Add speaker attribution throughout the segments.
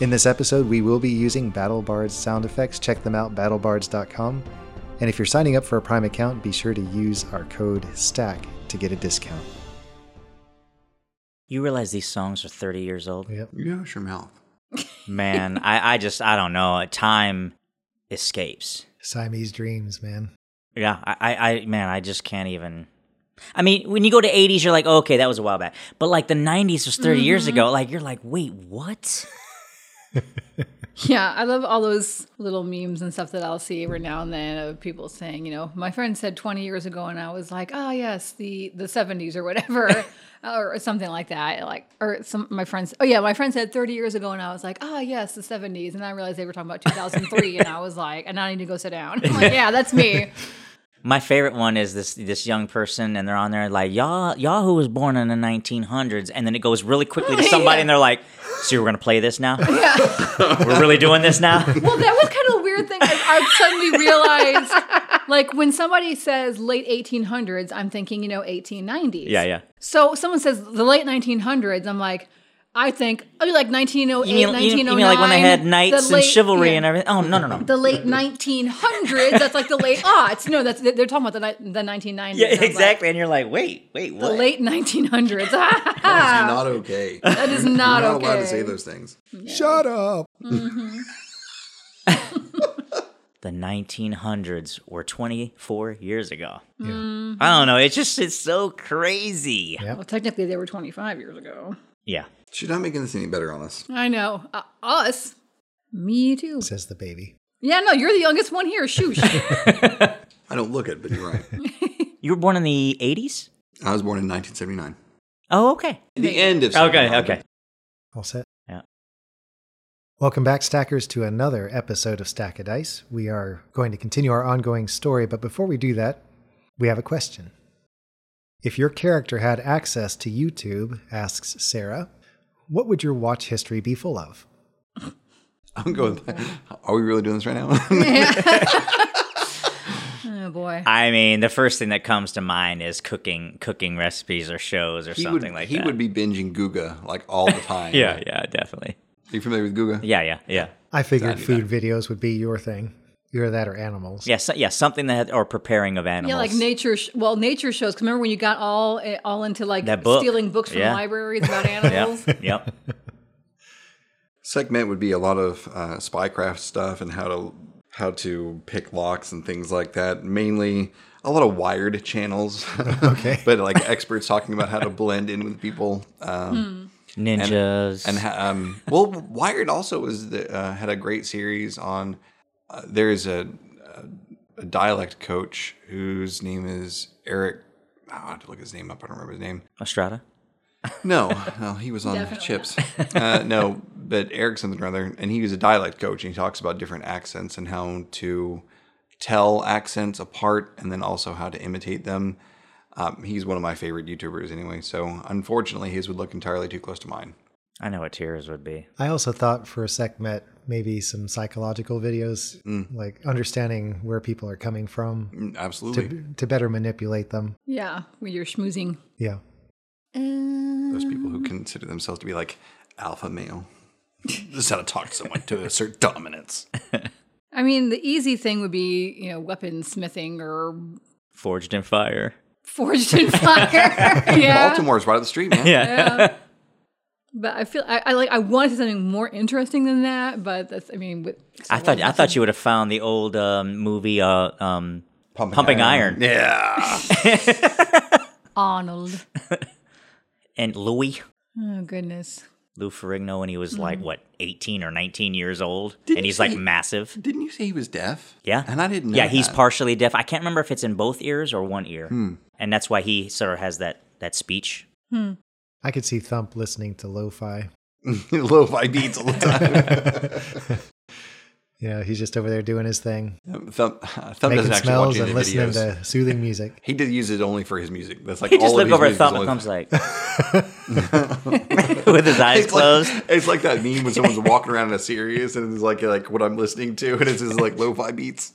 Speaker 1: In this episode, we will be using Battle Bard's sound effects. Check them out, battlebards.com. And if you're signing up for a Prime account, be sure to use our code STACK to get a discount.
Speaker 2: You realize these songs are 30 years old?
Speaker 1: Yep.
Speaker 3: You wash your mouth.
Speaker 2: Man, I, I just, I don't know. Time escapes.
Speaker 1: Siamese dreams, man.
Speaker 2: Yeah, I, I, I, man, I just can't even. I mean, when you go to 80s, you're like, oh, okay, that was a while back. But like the 90s was 30 years ago. Like, you're like, wait, what?
Speaker 4: Yeah, I love all those little memes and stuff that I'll see every now and then of people saying, you know, my friend said 20 years ago, and I was like, ah, yes, the the 70s or whatever, or something like that. Like, or some my friends, oh yeah, my friend said 30 years ago, and I was like, ah, yes, the 70s, and I realized they were talking about 2003, and I was like, and I need to go sit down. I'm like, yeah, that's me.
Speaker 2: My favorite one is this this young person, and they're on there like, y'all, y'all who was born in the 1900s, and then it goes really quickly to somebody, and they're like, so we're gonna play this now?
Speaker 4: Yeah.
Speaker 2: We're really doing this now?
Speaker 4: Well, that was kind of a weird thing. I, I suddenly realized, like, when somebody says late 1800s, I'm thinking, you know, 1890s.
Speaker 2: Yeah, yeah.
Speaker 4: So someone says the late 1900s, I'm like, I think, oh, like 1908,
Speaker 2: You mean, you,
Speaker 4: 1909.
Speaker 2: you mean like when they had knights
Speaker 4: the
Speaker 2: and
Speaker 4: late-
Speaker 2: chivalry
Speaker 4: yeah.
Speaker 2: and everything? Oh, no, no, no.
Speaker 4: The late 1900s. That's like the late aughts. No, that's they're talking about the ni- the 1990s.
Speaker 2: yeah,
Speaker 4: I was like,
Speaker 2: exactly. and you're like, wait, wait,
Speaker 4: the
Speaker 2: what?
Speaker 4: late 1900s.
Speaker 3: It's
Speaker 4: Ah. that
Speaker 3: not okay.
Speaker 4: is not,
Speaker 3: You're not
Speaker 4: okay.
Speaker 3: allowed to say those things.
Speaker 1: Shut up.
Speaker 2: the 1900s were 24 years ago.
Speaker 1: Yeah.
Speaker 2: I don't know. It's just, it's so crazy.
Speaker 1: Yeah.
Speaker 4: Well, technically, they were 25 years ago.
Speaker 2: Yeah.
Speaker 3: She's not making this any better on us.
Speaker 4: I know. Uh, us. Me too.
Speaker 1: Says the baby.
Speaker 4: Yeah, no, you're the youngest one here. Shoosh.
Speaker 3: I don't look it, but you're right.
Speaker 2: You were born in the 80s?
Speaker 3: I was born in 1979.
Speaker 2: Oh, okay.
Speaker 3: The end of
Speaker 2: Okay,
Speaker 3: 79.
Speaker 2: okay.
Speaker 1: All set?
Speaker 2: Yeah.
Speaker 1: Welcome back, Stackers, to another episode of Stack of Dice. We are going to continue our ongoing story, but before we do that, we have a question. If your character had access to YouTube, asks Sarah, what would your watch history be full of?
Speaker 3: I'm going. Are we really doing this right now?
Speaker 4: oh boy.
Speaker 2: I mean, the first thing that comes to mind is cooking cooking recipes or shows or
Speaker 3: he
Speaker 2: something
Speaker 3: would,
Speaker 2: like
Speaker 3: he
Speaker 2: that.
Speaker 3: would be binging Googa like all the time.
Speaker 2: yeah, yeah, definitely.
Speaker 3: Are you familiar with Googa?
Speaker 2: Yeah, yeah, yeah.
Speaker 1: I figured
Speaker 3: Exactly
Speaker 1: food videos would be your thing. Either that or animals.
Speaker 2: Yeah, so, yeah, something that or preparing of animals.
Speaker 4: Yeah, like nature. Sh- well, nature shows. 'cause remember when you got all eh, all into like
Speaker 2: That book.
Speaker 4: stealing books from
Speaker 2: Yeah.
Speaker 4: libraries about
Speaker 2: Yeah,
Speaker 4: animals?
Speaker 2: yep.
Speaker 3: Segment would be a lot of uh, spycraft stuff and how to how to pick locks and things like that. Mainly a lot of wired channels.
Speaker 1: Okay.
Speaker 3: but like experts talking about how to blend in with people. Um,
Speaker 2: Ninjas.
Speaker 3: And ha- um, well, Wired also was the, uh, had a great series on. Uh, there is a, a, a dialect coach whose name is Eric. Oh, I have to look his name up. I don't remember his name.
Speaker 2: Estrada.
Speaker 3: No, no, he was on
Speaker 4: Definitely
Speaker 3: Chips. uh, no, but Eric something or other, and he was a dialect coach, and he talks about different accents and how to tell accents apart, and then also how to imitate them. Um, he's one of my favorite YouTubers, anyway. So unfortunately, his would look entirely too close to mine.
Speaker 2: I know what tears would be.
Speaker 1: I also thought for a sec, met maybe some psychological videos, like understanding where people are coming from
Speaker 3: Mm, Absolutely.
Speaker 1: to, to better manipulate them.
Speaker 4: yeah, when you're schmoozing.
Speaker 1: Yeah.
Speaker 3: those people who consider themselves to be like alpha male. this is how to talk to someone to assert dominance.
Speaker 4: I mean, the easy thing would be you know weapon smithing or
Speaker 2: Forged in fire.
Speaker 4: forged in fire. yeah,
Speaker 3: Baltimore's right up the street, man.
Speaker 2: Yeah.
Speaker 4: but I feel I, I like I wanted to say something more interesting than that. But that's I mean, with,
Speaker 2: I thought I thought you would have found the old um, movie uh, um,
Speaker 3: Pumping,
Speaker 2: Pumping Iron.
Speaker 3: Yeah.
Speaker 4: Arnold.
Speaker 2: and Louis
Speaker 4: Oh goodness.
Speaker 2: Lou Ferrigno when he was like
Speaker 3: Mm-hmm.
Speaker 2: what 18 or 19 years old and he's like
Speaker 3: he-
Speaker 2: massive.
Speaker 3: Didn't you say he was deaf?
Speaker 2: Yeah.
Speaker 3: And I didn't know.
Speaker 2: Yeah, he's
Speaker 3: that. Hmm.
Speaker 2: partially deaf. I can't remember if it's in both ears or one ear. And that's why he sort of has that that speech.
Speaker 1: I could see Thump listening to lo-fi.
Speaker 3: lo-fi beats all the
Speaker 1: You know, he's just over there doing his thing,
Speaker 3: time. Thumb, uh, Thumb doesn't
Speaker 1: making
Speaker 3: actually
Speaker 1: smells
Speaker 3: watch any
Speaker 1: and
Speaker 3: of the
Speaker 1: listening
Speaker 3: videos.
Speaker 1: to soothing music.
Speaker 3: He did use it only for his music. That's like
Speaker 2: He
Speaker 3: all
Speaker 2: just
Speaker 3: of
Speaker 2: looked
Speaker 3: his
Speaker 2: over at
Speaker 3: music is
Speaker 2: Thumb and
Speaker 3: only-
Speaker 2: Thumb's like with his eyes
Speaker 3: It's like-
Speaker 2: closed.
Speaker 3: it's like that meme when someone's walking around in a series and it's like like what I'm listening to, and it's just like lo-fi beats.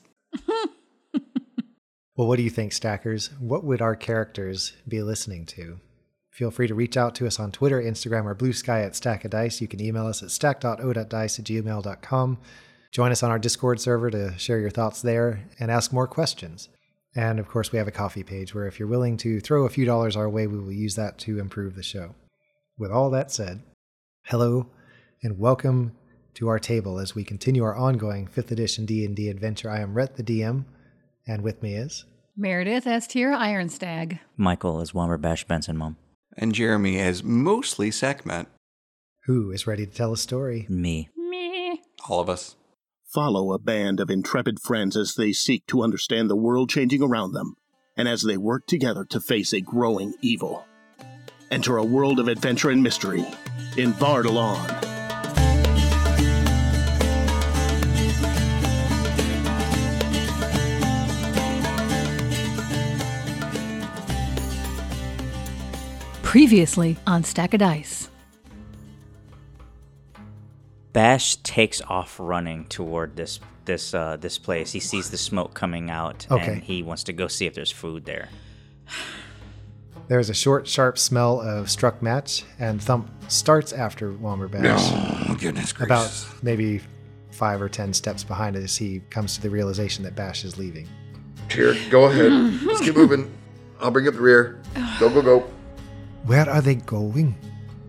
Speaker 1: Well, what do you think, Stackers? What would our characters be listening to? Feel free to reach out to us on Twitter, Instagram, or Blue Sky at Stack of Dice. You can email us at stack.o.dice at gmail.com. Join us on our Discord server to share your thoughts there and ask more questions. And of course, we have a coffee page where if you're willing to throw a few dollars our way, we will use that to improve the show. With all that said, hello and welcome to our table as we continue our ongoing 5th edition D&D adventure. I am Rhett the DM, and with me is
Speaker 4: Meredith S. Tier Ironstag.
Speaker 2: Michael is Wilmer Bash Benson mom.
Speaker 3: And Jeremy is mostly Sekhmet.
Speaker 1: who is ready to tell a story.
Speaker 2: Me.
Speaker 4: Me.
Speaker 3: All of us.
Speaker 5: Follow a band of intrepid friends as they seek to understand the world changing around them and as they work together to face a growing evil. Enter a world of adventure and mystery in Bardalon.
Speaker 4: Previously on Stack of Dice.
Speaker 2: Bash takes off running toward this this uh, this place. He sees the smoke coming out,
Speaker 1: Okay.
Speaker 2: and he wants to go see if there's food there.
Speaker 1: There is a short, sharp smell of struck match, and Thump starts after Walmer Bash.
Speaker 3: Oh, goodness gracious.
Speaker 1: about maybe five or ten steps behind as he comes to the realization that Bash is leaving.
Speaker 6: Here, go ahead. Let's keep moving. I'll bring up the rear. Go, go, go.
Speaker 1: Where are they going?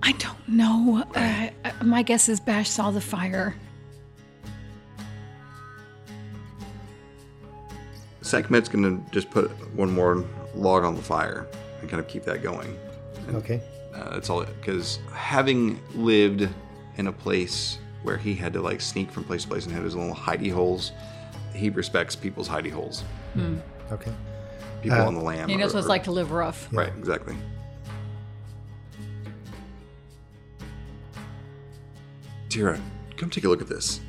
Speaker 4: I don't know. Uh, uh, my guess is Bash saw the fire.
Speaker 3: Sekhmet's going to just put one more log on the fire and kind of keep that going.
Speaker 1: Okay.
Speaker 3: Uh, that's all. Because having lived in a place where he had to like sneak from place to place and had his little hidey holes, he respects people's hidey holes.
Speaker 1: Okay.
Speaker 3: People
Speaker 1: Uh,
Speaker 3: on the lam.
Speaker 4: He knows
Speaker 3: or-
Speaker 4: what it's
Speaker 3: or-
Speaker 4: like to live rough.
Speaker 3: Right. Exactly. Tira, come take a look at this.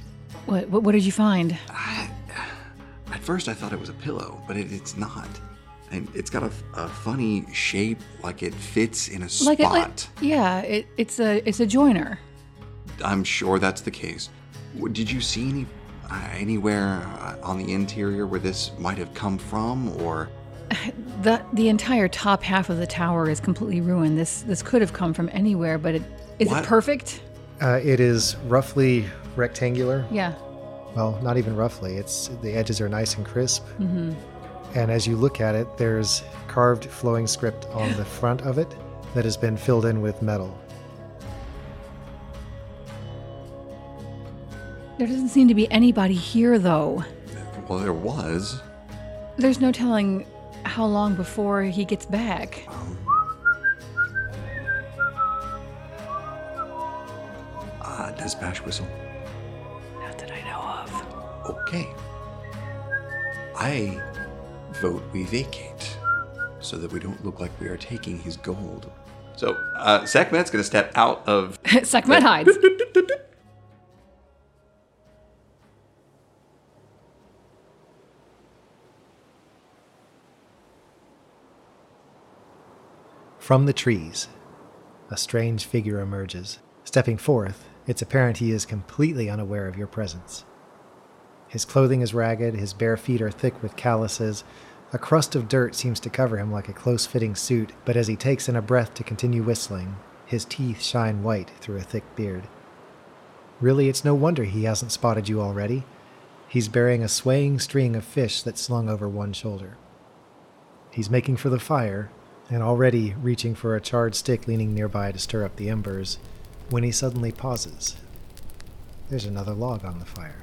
Speaker 4: What, what, what did you find?
Speaker 3: At first, I thought it was a pillow, but it, it's not. And it's got a, a funny shape, like it fits in a spot.
Speaker 4: Like it, like, yeah, it, it's a it's a joiner.
Speaker 3: I'm sure that's the case. W- Did you see any uh, anywhere uh, on the interior where this might have come from, or
Speaker 4: The the entire top half of the tower is completely ruined. This this could have come from anywhere, but it is
Speaker 3: What?
Speaker 4: it perfect?
Speaker 1: Uh, it is roughly rectangular.
Speaker 4: Yeah.
Speaker 1: Well, not even roughly. It's the edges are nice and crisp. And as you look at it, there's carved flowing script on the front of it that has been filled in with metal.
Speaker 4: There doesn't seem to be anybody here though.
Speaker 3: well, there was?
Speaker 4: There's no telling how long before he gets back.
Speaker 3: Ah, does Bash whistle?
Speaker 4: Not that I know of.
Speaker 3: Okay. I vote we vacate so that we don't look like we are taking his gold. So, uh, Sekhmet's gonna step out of.
Speaker 4: Sekhmet hides.
Speaker 1: From the trees, a strange figure emerges. Stepping forth, it's apparent he is completely unaware of your presence. His clothing is ragged, his bare feet are thick with calluses. A crust of dirt seems to cover him like a close fitting suit, but as he takes in a breath to continue whistling, his teeth shine white through a thick beard. Really, it's no wonder he hasn't spotted you already. He's bearing a swaying string of fish that's slung over one shoulder. He's making for the fire and already reaching for a charred stick leaning nearby to stir up the embers when he suddenly pauses. There's another log on the fire.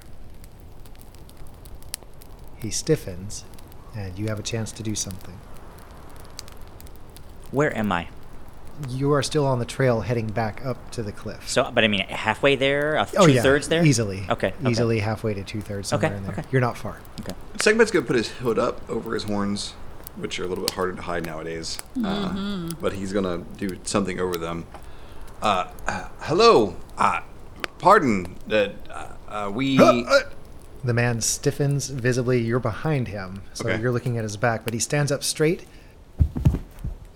Speaker 1: He stiffens, and you have a chance to do something.
Speaker 2: Where am I?
Speaker 1: You are still on the trail heading back up to the cliff.
Speaker 2: So, but I mean, halfway there, uh,
Speaker 1: Oh,
Speaker 2: two
Speaker 1: yeah,
Speaker 2: thirds there,
Speaker 1: Easily.
Speaker 2: Okay, okay.
Speaker 1: Easily halfway to two thirds
Speaker 2: Okay,
Speaker 1: somewhere in there.
Speaker 2: okay.
Speaker 1: You're not far.
Speaker 3: Sekhmet's gonna put his hood up over his horns, which are a little bit harder to hide nowadays. Uh, but he's gonna do something over them. Uh, uh, hello. Uh, pardon. Uh, uh, we.
Speaker 1: The man stiffens visibly. You're behind him, so
Speaker 3: Okay.
Speaker 1: you're looking at his back, but he stands up straight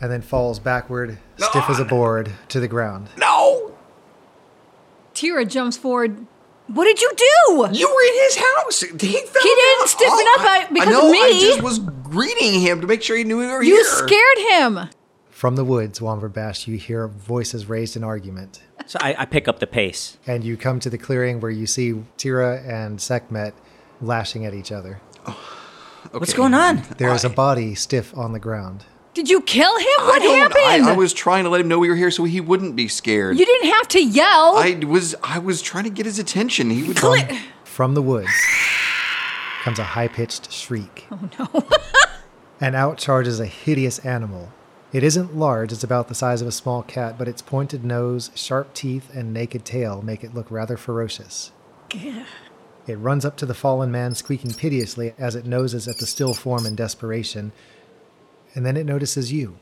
Speaker 1: and then falls backward, stiff as a board, to the ground.
Speaker 3: no.
Speaker 4: Tira jumps forward. What did you do?
Speaker 3: You were in his house. He,
Speaker 4: didn't stiffen up, I- because
Speaker 3: I
Speaker 4: of
Speaker 3: know, I
Speaker 4: me.
Speaker 3: just was greeting him to make sure he knew we were here.
Speaker 4: You scared him.
Speaker 1: From the woods, Womverbash, you hear voices raised in argument.
Speaker 2: So I, I pick up the pace.
Speaker 1: And you come to the clearing where you see Tira and Sekhmet lashing at each other.
Speaker 2: What's going on?
Speaker 1: There is a body stiff on the ground.
Speaker 7: Did you kill him?
Speaker 3: I
Speaker 7: What
Speaker 3: don't.
Speaker 7: happened?
Speaker 3: I, I was trying to let him know we were here so he wouldn't be scared.
Speaker 7: you didn't have to yell.
Speaker 3: I was. I was trying to get his attention. He would.
Speaker 1: From, from the woods comes a high pitched shriek. Oh no. and out charges a hideous animal. It isn't large, it's about the size of a small cat, but its pointed nose, sharp teeth, and naked tail make it look rather ferocious. It runs up to the fallen man, squeaking piteously as it noses at the still form in desperation, and then it notices you.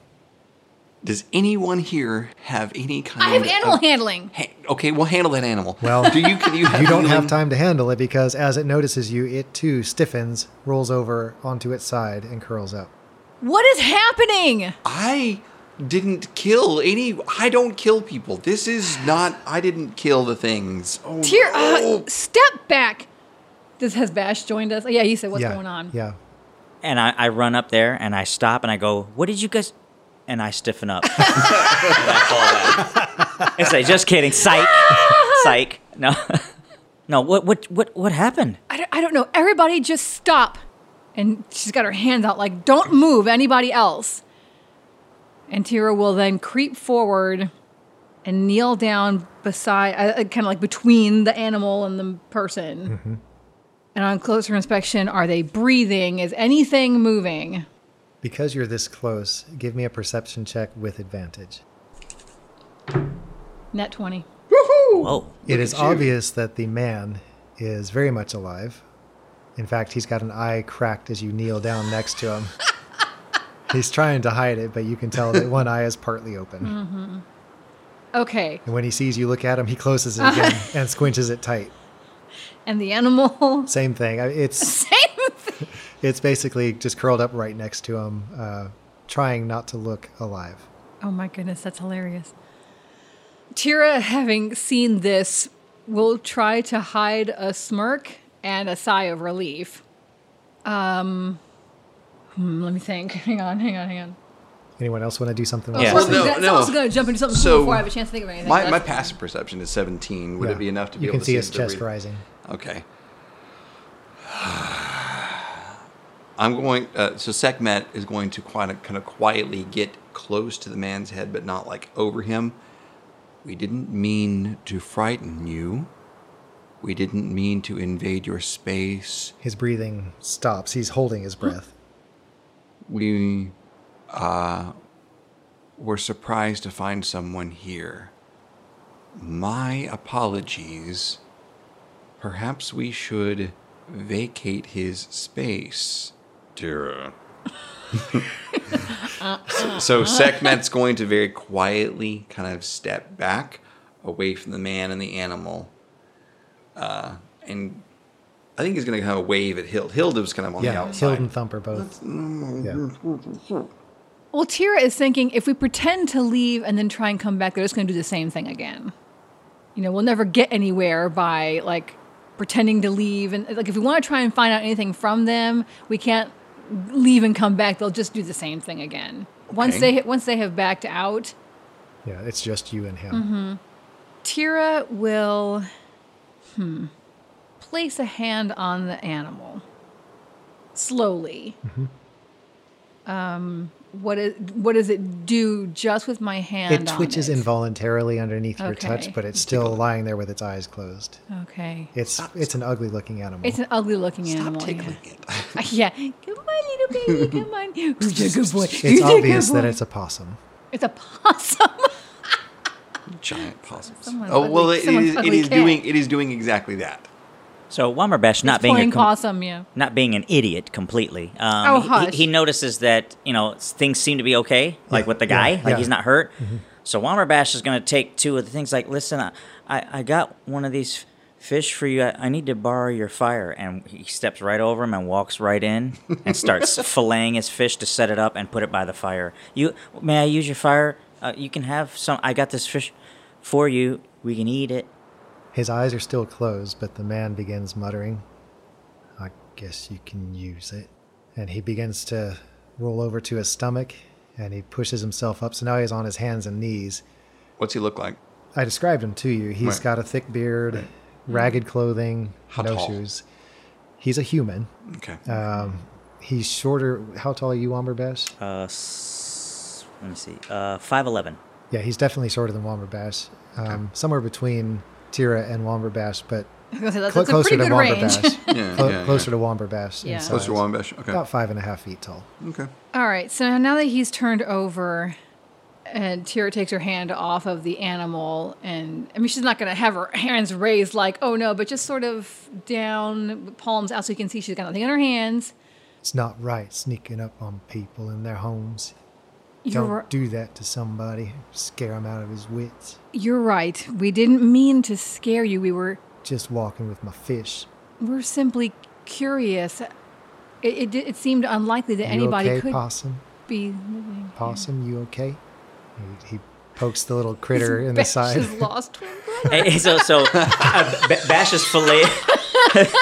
Speaker 3: Does anyone here have any kind?
Speaker 4: I have animal
Speaker 3: of,
Speaker 4: handling.
Speaker 3: Ha- okay, we'll handle that animal.
Speaker 1: Well,
Speaker 3: do you? Can you? Have
Speaker 1: You don't have
Speaker 3: healing?
Speaker 1: time to handle it because as it notices you, it too stiffens, rolls over onto its side, and curls up.
Speaker 7: what is happening?
Speaker 3: I didn't kill any. I don't kill people. This is not. I didn't kill the things. Oh,
Speaker 4: Tear, uh, step back. This has Bash joined us. Oh, yeah, he said, "What's
Speaker 1: yeah.
Speaker 4: going on?"
Speaker 1: Yeah.
Speaker 2: And I, I run up there and I stop and I go, What did you guys? And I stiffen up. and I fall down. It's like, Just kidding. Psych. Psych. No. No, what, what, what, what happened?
Speaker 4: I don't, I don't know. Everybody, just stop. And she's got her hands out, like, "Don't move, anybody else." And Tira will then creep forward and kneel down beside, uh, kind of like between the animal and the person.
Speaker 1: Mm-hmm.
Speaker 4: And on closer inspection, are they breathing? Is anything moving?
Speaker 1: Because you're this close, give me a perception check with advantage.
Speaker 4: Net twenty.
Speaker 2: Whoa.
Speaker 1: it is obvious that the man is very much alive. In fact, he's got an eye cracked as you kneel down next to him. he's trying to hide it, but you can tell that one eye is partly open.
Speaker 4: Okay.
Speaker 1: And when he sees you look at him, he closes it again and squinches it tight.
Speaker 4: And the animal.
Speaker 1: Same thing. I- It's
Speaker 4: Same
Speaker 1: it's basically just curled up right next to him, uh, trying not to look alive.
Speaker 4: Oh my goodness, that's hilarious. Tira, having seen this, will try to hide a smirk and a sigh of relief. Um, hmm, let me think. Hang on, hang on, hang on.
Speaker 1: Anyone else want to do something?
Speaker 2: Yeah.
Speaker 4: Well,
Speaker 3: Well, no,
Speaker 4: that's
Speaker 3: no.
Speaker 4: also going to jump into something cool
Speaker 3: So,
Speaker 4: before I have a chance to think of anything.
Speaker 3: My,
Speaker 4: That's
Speaker 3: my
Speaker 4: fine.
Speaker 3: passive perception is 17. Would
Speaker 1: Yeah.
Speaker 3: it be enough to be
Speaker 1: You
Speaker 3: able
Speaker 1: can
Speaker 3: to
Speaker 1: see
Speaker 3: see
Speaker 1: his
Speaker 3: if they're
Speaker 1: chest
Speaker 3: breathing?
Speaker 1: rising.
Speaker 3: Okay. I'm going. Uh, so Sekhmet is going to quite, kind of quietly get close to the man's head, but not like over him. We didn't mean to frighten you. We didn't mean to invade your space.
Speaker 1: His breathing stops. He's holding his breath.
Speaker 3: We uh, were surprised to find someone here. My apologies. Perhaps we should vacate his space. Tira. so Sekhmet's going to very quietly kind of step back away from the man and the animal. Uh, and I think he's going to kind of wave at Hild. Hild was kind of on the
Speaker 1: Yeah,
Speaker 3: outside.
Speaker 1: Hild and Thumper both. Yeah.
Speaker 4: Well, Tira is thinking if we pretend to leave and then try and come back, they're just going to do the same thing again. You know, we'll never get anywhere by like pretending to leave. And like, if we want to try and find out anything from them, we can't leave and come back. They'll just do the same thing again. Once
Speaker 3: Okay.
Speaker 4: they once they have backed out,
Speaker 1: Yeah, it's just you and him.
Speaker 4: Mm-hmm. Tira will hmm, place a hand on the animal slowly.
Speaker 1: Mm-hmm.
Speaker 4: Um, what is what does it do just with my hand?
Speaker 1: It twitches
Speaker 4: on it?
Speaker 1: involuntarily underneath your
Speaker 4: Okay.
Speaker 1: touch, but it's still lying there with its eyes closed.
Speaker 4: Okay,
Speaker 1: It's it's an ugly looking animal.
Speaker 4: it's an ugly looking animal.
Speaker 3: tickling it.
Speaker 4: Yeah. yeah, come on, little baby, come on. Who's a good boy?
Speaker 1: It's
Speaker 4: Who's a good
Speaker 1: obvious that
Speaker 4: boy?
Speaker 1: it's a possum.
Speaker 4: it's a possum.
Speaker 3: Giant possums.
Speaker 4: Someone's
Speaker 3: oh well,
Speaker 4: ugly-
Speaker 3: it
Speaker 4: someone's
Speaker 3: is, it
Speaker 4: ugly
Speaker 3: is
Speaker 4: cat.
Speaker 3: doing it is doing exactly that.
Speaker 2: So Wommerbash not being
Speaker 4: Playing
Speaker 2: a com-
Speaker 4: possum, yeah.
Speaker 2: not being an idiot completely. Um,
Speaker 4: Oh,
Speaker 2: he-
Speaker 4: hush.
Speaker 2: he, he notices that you know s- things seem to be okay, like with the guy,
Speaker 1: yeah,
Speaker 2: like
Speaker 1: yeah. Mm-hmm.
Speaker 2: he's not hurt. So Wommerbash is going to take two of the things. Like, listen, I, I, I got one of these fish for you. I, I need to borrow your fire, and he steps right over him and walks right in and starts filleting his fish to set it up and put it by the fire. You may I use your fire? Uh, you can have some. I got this fish for you. We can eat it.
Speaker 1: His eyes are still closed, but the man begins muttering, I guess you can use it. And he begins to roll over to his stomach and he pushes himself up. So now he's on his hands and knees.
Speaker 3: What's he look like?
Speaker 1: I described him to you. He's
Speaker 3: Right.
Speaker 1: got a thick beard, ragged clothing,
Speaker 3: How
Speaker 1: no
Speaker 3: tall?
Speaker 1: shoes. He's a human.
Speaker 3: Okay.
Speaker 1: He's shorter. How tall are you, Womberbash?
Speaker 2: Uh, s- let me see. Uh, five eleven.
Speaker 1: yeah, he's definitely shorter than Womberbash. Um, Somewhere between Tira and Womberbash, but
Speaker 4: I was gonna say, that's,
Speaker 1: clo-
Speaker 4: that's a
Speaker 1: closer
Speaker 4: pretty
Speaker 1: to
Speaker 4: good range.
Speaker 1: Womberbash.
Speaker 3: yeah,
Speaker 1: Clo-
Speaker 3: yeah,
Speaker 1: closer to Womberbash. in
Speaker 4: Yeah.
Speaker 1: size.
Speaker 4: to
Speaker 3: yeah. Closer to Wombash. Okay.
Speaker 1: About five and a half feet tall.
Speaker 3: Okay.
Speaker 4: All right. So now that he's turned over, and Tira takes her hand off of the animal, and I mean she's not gonna have her hands raised like oh no, but just sort of down, palms out so you can see she's got nothing in her hands.
Speaker 1: It's not right sneaking up on people in their homes.
Speaker 4: You're
Speaker 1: Don't
Speaker 4: ri-
Speaker 1: do that to somebody. Scare him out of his wits.
Speaker 4: you're right. We didn't mean to scare you. We were
Speaker 1: Just walking with my fish.
Speaker 4: we're simply curious. It it, di- it seemed unlikely that anybody
Speaker 1: you okay,
Speaker 4: could
Speaker 1: possum?
Speaker 4: be living.
Speaker 1: Possum, you okay? He, he pokes the little critter in the
Speaker 4: Bash
Speaker 1: side.
Speaker 4: is lost twin brother.
Speaker 2: Hey, hey, Eh, so so uh, Ba- Bash is fillet.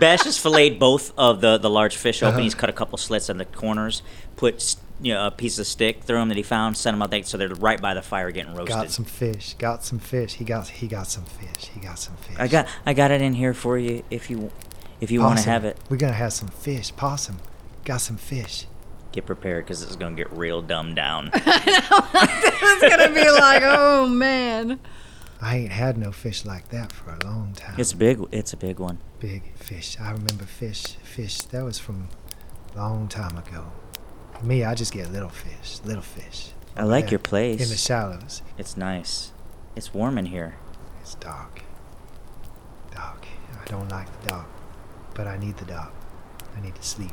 Speaker 2: Bash has filleted both of the, the large fish
Speaker 1: Uh-huh.
Speaker 2: open. He's cut a couple slits in the corners, put s- you know a piece of stick through them that he found, sent them out there, so they're right by the fire getting roasted.
Speaker 1: Got some fish. Got some fish. He got he got some fish. He got some fish.
Speaker 2: I got I got it in here for you if you if you want to
Speaker 1: Possum,
Speaker 2: have it.
Speaker 1: We're gonna have some fish. Possum, got some fish.
Speaker 2: Get prepared because it's gonna get real dumbed down.
Speaker 4: It's gonna be like oh man.
Speaker 1: I ain't had no fish like that for a long time.
Speaker 2: it's big. It's a big one.
Speaker 1: big fish. I remember fish. Fish that was from a long time ago. Me, I just get little fish. Little fish.
Speaker 2: I like your
Speaker 1: In the
Speaker 2: place.
Speaker 1: shallows.
Speaker 2: It's nice. It's warm in here.
Speaker 1: It's dark. Dark. I don't like the dark, but I need the dark. I need to sleep.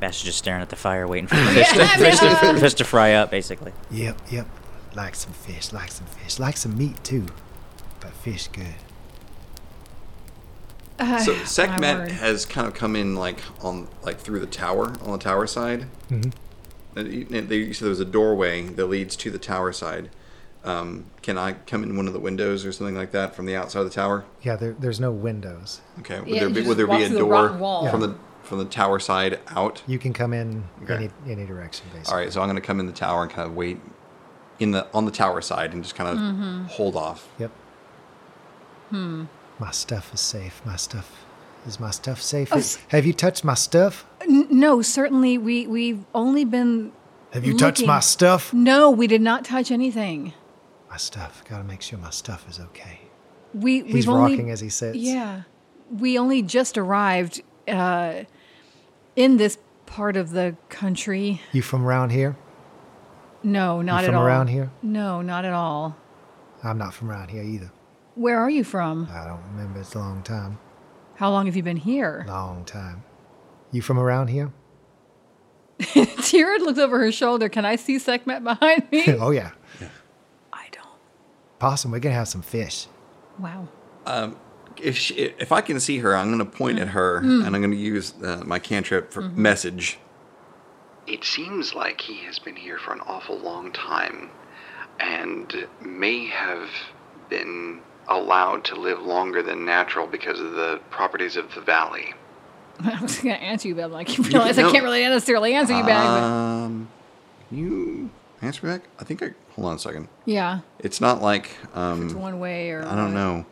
Speaker 2: Bash is just staring at the fire, waiting for the fish, to, fish, to, fish to fry up, basically.
Speaker 1: Yep, yep. Like some fish. Like some fish. Like some meat too. But fish good.
Speaker 3: So
Speaker 4: word.
Speaker 3: Sekhmet has kind of come in like on like through the tower on the tower side. Mm-hmm. They, you said there was a doorway that leads to the tower side. Um, can I come in one of the windows or something like that from the outside of the tower?
Speaker 1: Yeah, there, there's no windows.
Speaker 3: Okay. Would
Speaker 4: Yeah,
Speaker 3: there
Speaker 4: you
Speaker 3: be
Speaker 4: just
Speaker 3: would there
Speaker 4: walk
Speaker 3: be a
Speaker 4: through the
Speaker 3: door
Speaker 4: rock wall.
Speaker 3: from
Speaker 1: Yeah.
Speaker 3: the from the tower side out?
Speaker 1: You can come in
Speaker 3: Okay.
Speaker 1: any any direction, basically.
Speaker 3: All right. So I'm going to come in the tower and kind of wait in the on the tower side and just kind of hold off.
Speaker 1: Yep. Hmm. My stuff is safe. My stuff is my stuff safe.
Speaker 4: Oh, s-
Speaker 1: Have you touched my stuff?
Speaker 4: N- no, certainly we we've only been
Speaker 1: Have you touched my
Speaker 4: Looking.
Speaker 1: stuff?
Speaker 4: No, we did not touch anything.
Speaker 1: My stuff. Gotta make sure my stuff is okay.
Speaker 4: We
Speaker 1: He's
Speaker 4: we've only,
Speaker 1: rocking as he sits.
Speaker 4: Yeah, we only just arrived uh, in this part of the country.
Speaker 1: You from around here?
Speaker 4: No, not
Speaker 1: from
Speaker 4: at all.
Speaker 1: around here?
Speaker 4: No, not at all.
Speaker 1: I'm not from around here either.
Speaker 4: Where are you from?
Speaker 1: I don't remember. It's a long time.
Speaker 4: How long have you been here?
Speaker 1: Long time. You from around here?
Speaker 4: Tira looked over her shoulder. Can I see Sekhmet behind me?
Speaker 1: oh yeah.
Speaker 4: I don't.
Speaker 1: Possum, we're gonna have some fish.
Speaker 4: Wow.
Speaker 3: if she, if I can see her, I'm going to point at her and I'm going to use uh, my cantrip for message.
Speaker 8: It seems like he has been here for an awful long time and may have been allowed to live longer than natural because of the properties of the valley.
Speaker 4: I was gonna answer you, but I'm like, you realize I
Speaker 3: no.
Speaker 4: can't really necessarily answer you back.
Speaker 3: Um, can you answer me back? I think I hold on a second.
Speaker 4: But yeah,
Speaker 3: It's not like um,
Speaker 4: it's one way or
Speaker 3: I don't know.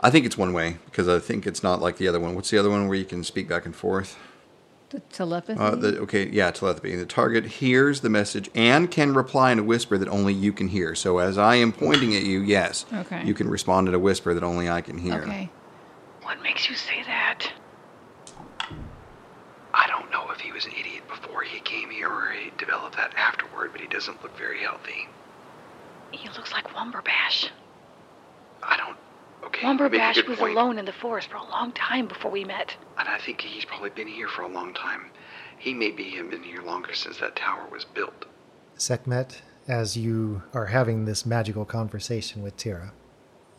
Speaker 3: I think it's one way because I think it's not like the other one. What's the other one where you can speak back and forth?
Speaker 4: The telepathy.
Speaker 3: Uh, the, okay, yeah, telepathy. The target hears the message and can reply in a whisper that only you can hear. So as I am pointing at you, yes,
Speaker 4: Okay.
Speaker 3: you can respond in a whisper that only I can hear.
Speaker 4: okay.
Speaker 8: What makes you say that? I don't know if he was an idiot before he came here or he developed that afterward, but he doesn't look very healthy.
Speaker 9: He looks like Womberbash.
Speaker 8: I don't. Okay. you make
Speaker 9: Womberbash
Speaker 8: good
Speaker 9: was
Speaker 8: point.
Speaker 9: alone in the forest for a long time before we met.
Speaker 8: And I think he's probably been here for a long time. He maybe have been here longer since that tower was built.
Speaker 1: Sekhmet, as you are having this magical conversation with Tira,